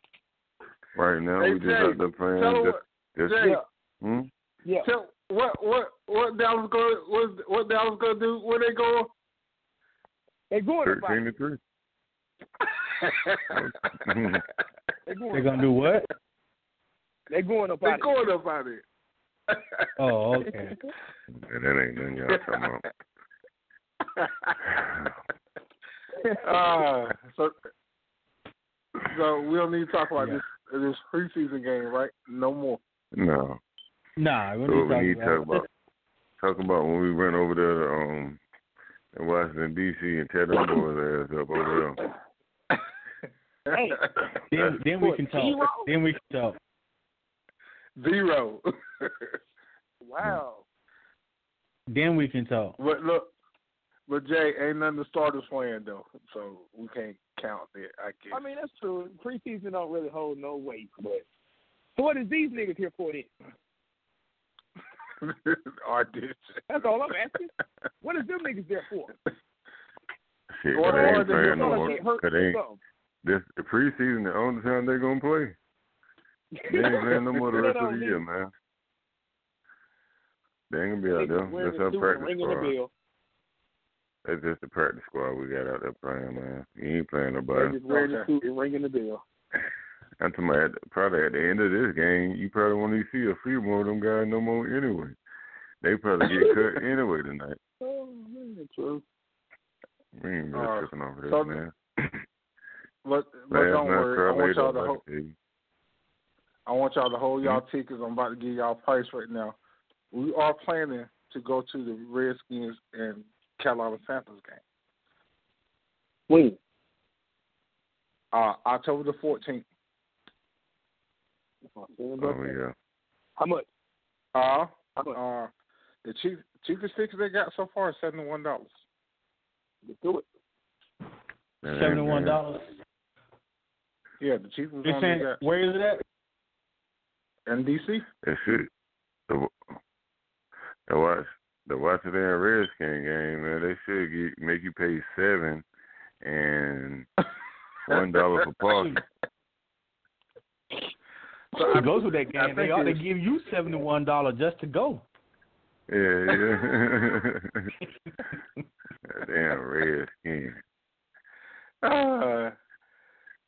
Right now
Hey,
we just
Jay,
out there playing
tell 'em
just,
what-
just
Jay,
hmm?
Yeah.
Tell what what what Dallas going what what Dallas gonna do? Where they going?
They going to
thirteen
fight.
to three.
They going.
They're gonna do what?
They going up
they
out of
going up out of it.
Oh, okay.
And that ain't nothing y'all talking about.
uh, so so we don't need to talk about this this preseason game, right? No more.
No.
Nah,
So
we
what we need to talk
talk
about talk about when we went over there to um in Washington D C and tear them boys ass up over there.
Hey,
Then, then we
What,
can talk.
zero?
Then we can talk.
Zero.
wow.
Then we can talk.
but look, but Jay ain't none of the starters playing though, so we can't count that. I guess.
I mean, that's true. Preseason don't really hold no weight, but so what is these niggas here for then?
audition.
That's all I'm asking. What is them niggas there for?
Shit,
Or-
they
or
ain't
they
playing
just
no
wanna
more.
get hurt
Cause they
or
ain't,
something.
this the preseason the only time they gonna play. They ain't playing no more the
They
rest of the
don't
year, man. They ain't gonna be out
Niggas
there.
wearing
That's
the
our
suit and
practice
ringing the
squad.
bell.
That's just the practice squad we got out there playing, man. You ain't playing
They're
nobody.
just wearing the
Okay.
suit and ringing the bell.
I'm talking about at- probably at the end of this game, you probably won't even see a few more of them guys no more anyway. They probably get cut anyway tonight.
Oh man, true.
We ain't really
All right.
tripping over this,
Uh, So-
man.
But, but
Last
don't
night,
worry. I
Charlotte
want y'all to
looked
hold.
like they-
I want y'all to hold y'all
Mm-hmm.
tickets. I'm about to give y'all price right now. We are planning to go to the Redskins and Carolina Panthers game.
Wait.
Uh, October the fourteenth.
Oh yeah.
How much?
Uh, uh, the cheap, cheapest tickets they got so far is seventy one dollars.
Do it.
Seventy one dollars.
Yeah, the cheapest
It's
one they
in
got
where is it at?
in DC.
That shit. The, the watch the Washington Redskin game, man, they should get, make you pay seven and one dollar for parking.
to go to that game, they
think
ought to
it's-
give you seventy one dollars just to go.
Yeah, yeah. That Damn Redskin.
Uh,
I'm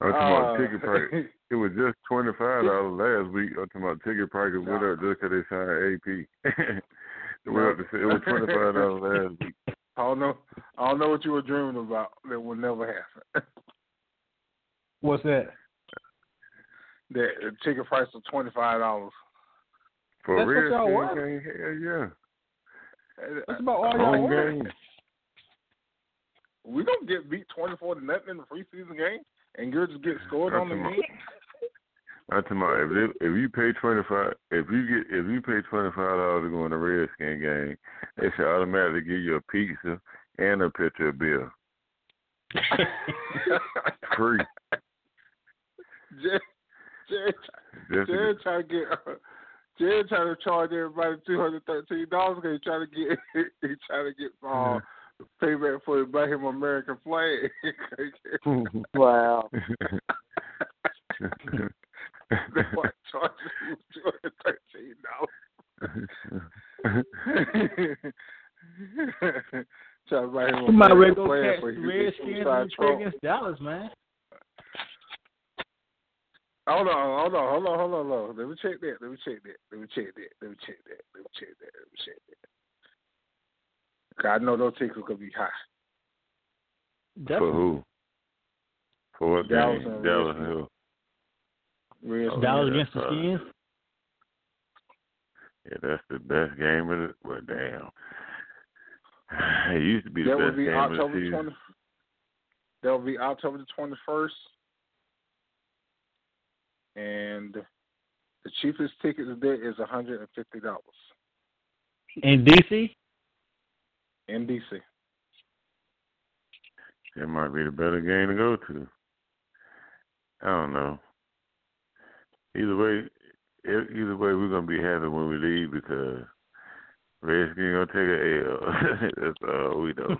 Oh, talking about
Uh,
ticket price. It was just twenty five dollars last week. I'm talking about ticket prices went up just 'cause they signed AP. it went up to it was twenty five dollars last week.
I don't know. I don't know what you were dreaming about. That will never happen.
What's that?
That uh, ticket price of twenty five dollars.
For
That's what
real,
y'all
Skin
want.
Gang, hell yeah.
That's
about all
y'all want.
We don't get beat twenty four to nothing in the preseason game, and you're just getting scored on the
That's
knee.
I'm talking about if they, if you pay twenty five if you get if you pay twenty five dollars to go in the Redskin game, they should automatically give you a pizza and a picture of beer. Free.
Jared, Jared,
Just to
Jared trying to get uh, Jared trying to charge everybody two hundred thirteen dollars because he trying to get he trying to get uh, payback for the Black Him American flag.
wow.
That's why I charge you two hundred thirteen dollars. Trying to buy him
You might
American
well go
flag
catch the
for he
Redskins
gets
and
inside
play
Trump.
against Dallas, man.
Hold on, hold on, hold on, hold on, hold on. Let me check that. Let me check that. Let me check that. Let me check that. Let me check that. Let me check that. 'Cause I know those tickets gonna be high.
For who? For what
Dallas
game?
and
Dallas and who? Oh,
Real
Dallas
yeah,
against the
that's right.
Skins.
Yeah, that's the best game of the well damn. It used to be the
that
best
would be
game of the
October
season.
twenty. That would be October the twenty first, and the cheapest ticket to there is one hundred and fifty dollars
In DC?
in DC.
That might be the better game to go to. I don't know. Either way, e- either way, we're gonna be happy when we leave because Redskins gonna take a L. That's all we know.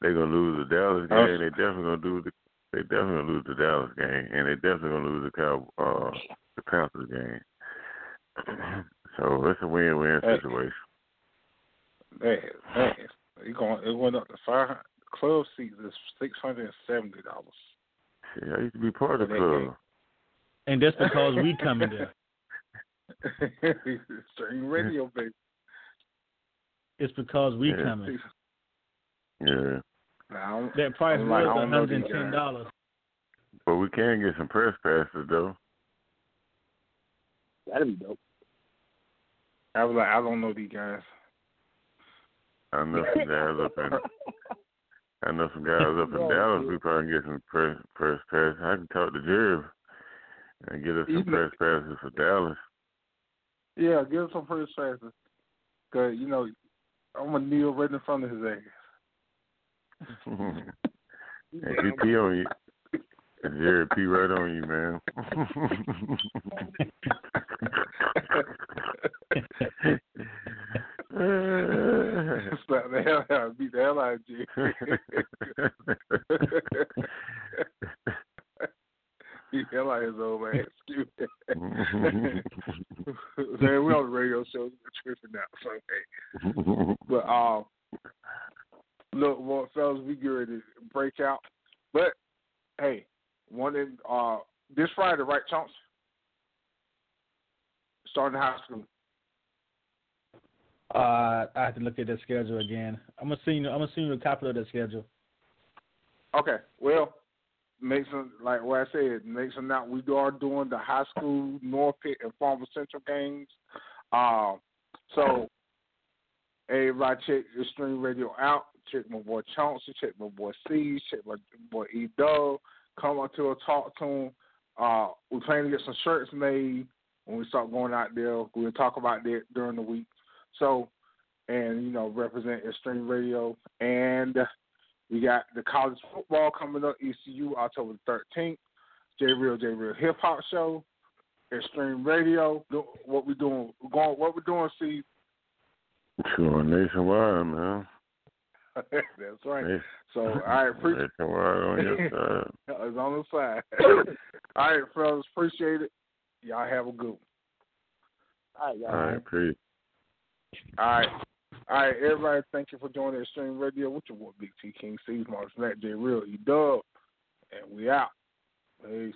They're gonna lose the Dallas
Us.
game. They definitely gonna do the. They definitely gonna lose the Dallas game, and they definitely gonna lose the Cow uh, the Panthers game. so it's a win-win
Hey.
situation.
Man, man, it going it went up to five. Club seats is six hundred and seventy dollars.
Shit, I used to be part of the
That
club.
game.
And that's because we coming there.
Stream radio, baby.
It's because we
Yeah.
coming.
Yeah.
Now, I'm-
That price
I'm
was
like, I
one
don't know
hundred
these
and ten dollars.
But we can get some press passes though.
That'd be dope.
I was like, I don't know these guys.
I know some guys up in I know some guys up in
Bro,
Dallas.
dude.
We probably can get some press press passes. I can talk to Jerry and get us some
Even-
press passes for Dallas.
Yeah, give him some first chances. Cause you know, I'm gonna kneel right in front of his ass.
and he pee on you. And Jerry pee right on you, man.
Slap the hell out, of- beat the hell out of you. beat the hell out of his old ass. Excuse me. Man, we on the radio show. We're tripping out. So, hey. But um, look, well, fellas, we get ready to break out. But hey, one in uh this Friday, right, Chunks? Starting high school.
Uh, I have to look at the schedule again. I'm gonna send you. I'm gonna send you a copy of the schedule.
Okay, well, make some like what I said. Make some now. We are doing the high school North Pitt and Farmer Central games. Um, so everybody check the stream radio out. Check my boy Chauncey. Check my boy C. Check my boy E Dub. come up to her, talk to him. Uh, we plan to get some shirts made when we start going out there. We'll talk about that during the week. So, and you know, represent Extreme Radio. And we got the college football coming up, ECU, October the 13th. J Real, J Real Hip Hop Show, Extreme Radio. Do- What we doing? Going? What we doing? See,
Sure, nationwide, man.
that's right. So, I appreciate.
nationwide on your side.
it's on the side. All right, fellas, appreciate it. Y'all have a good one. All right, y'all.
All right, peace.
All right. All right, everybody, thank you for joining Extreme Radio with E your boy, Big T King, Steve Marks, Matt J. Real, E-Dub, and we out. Peace.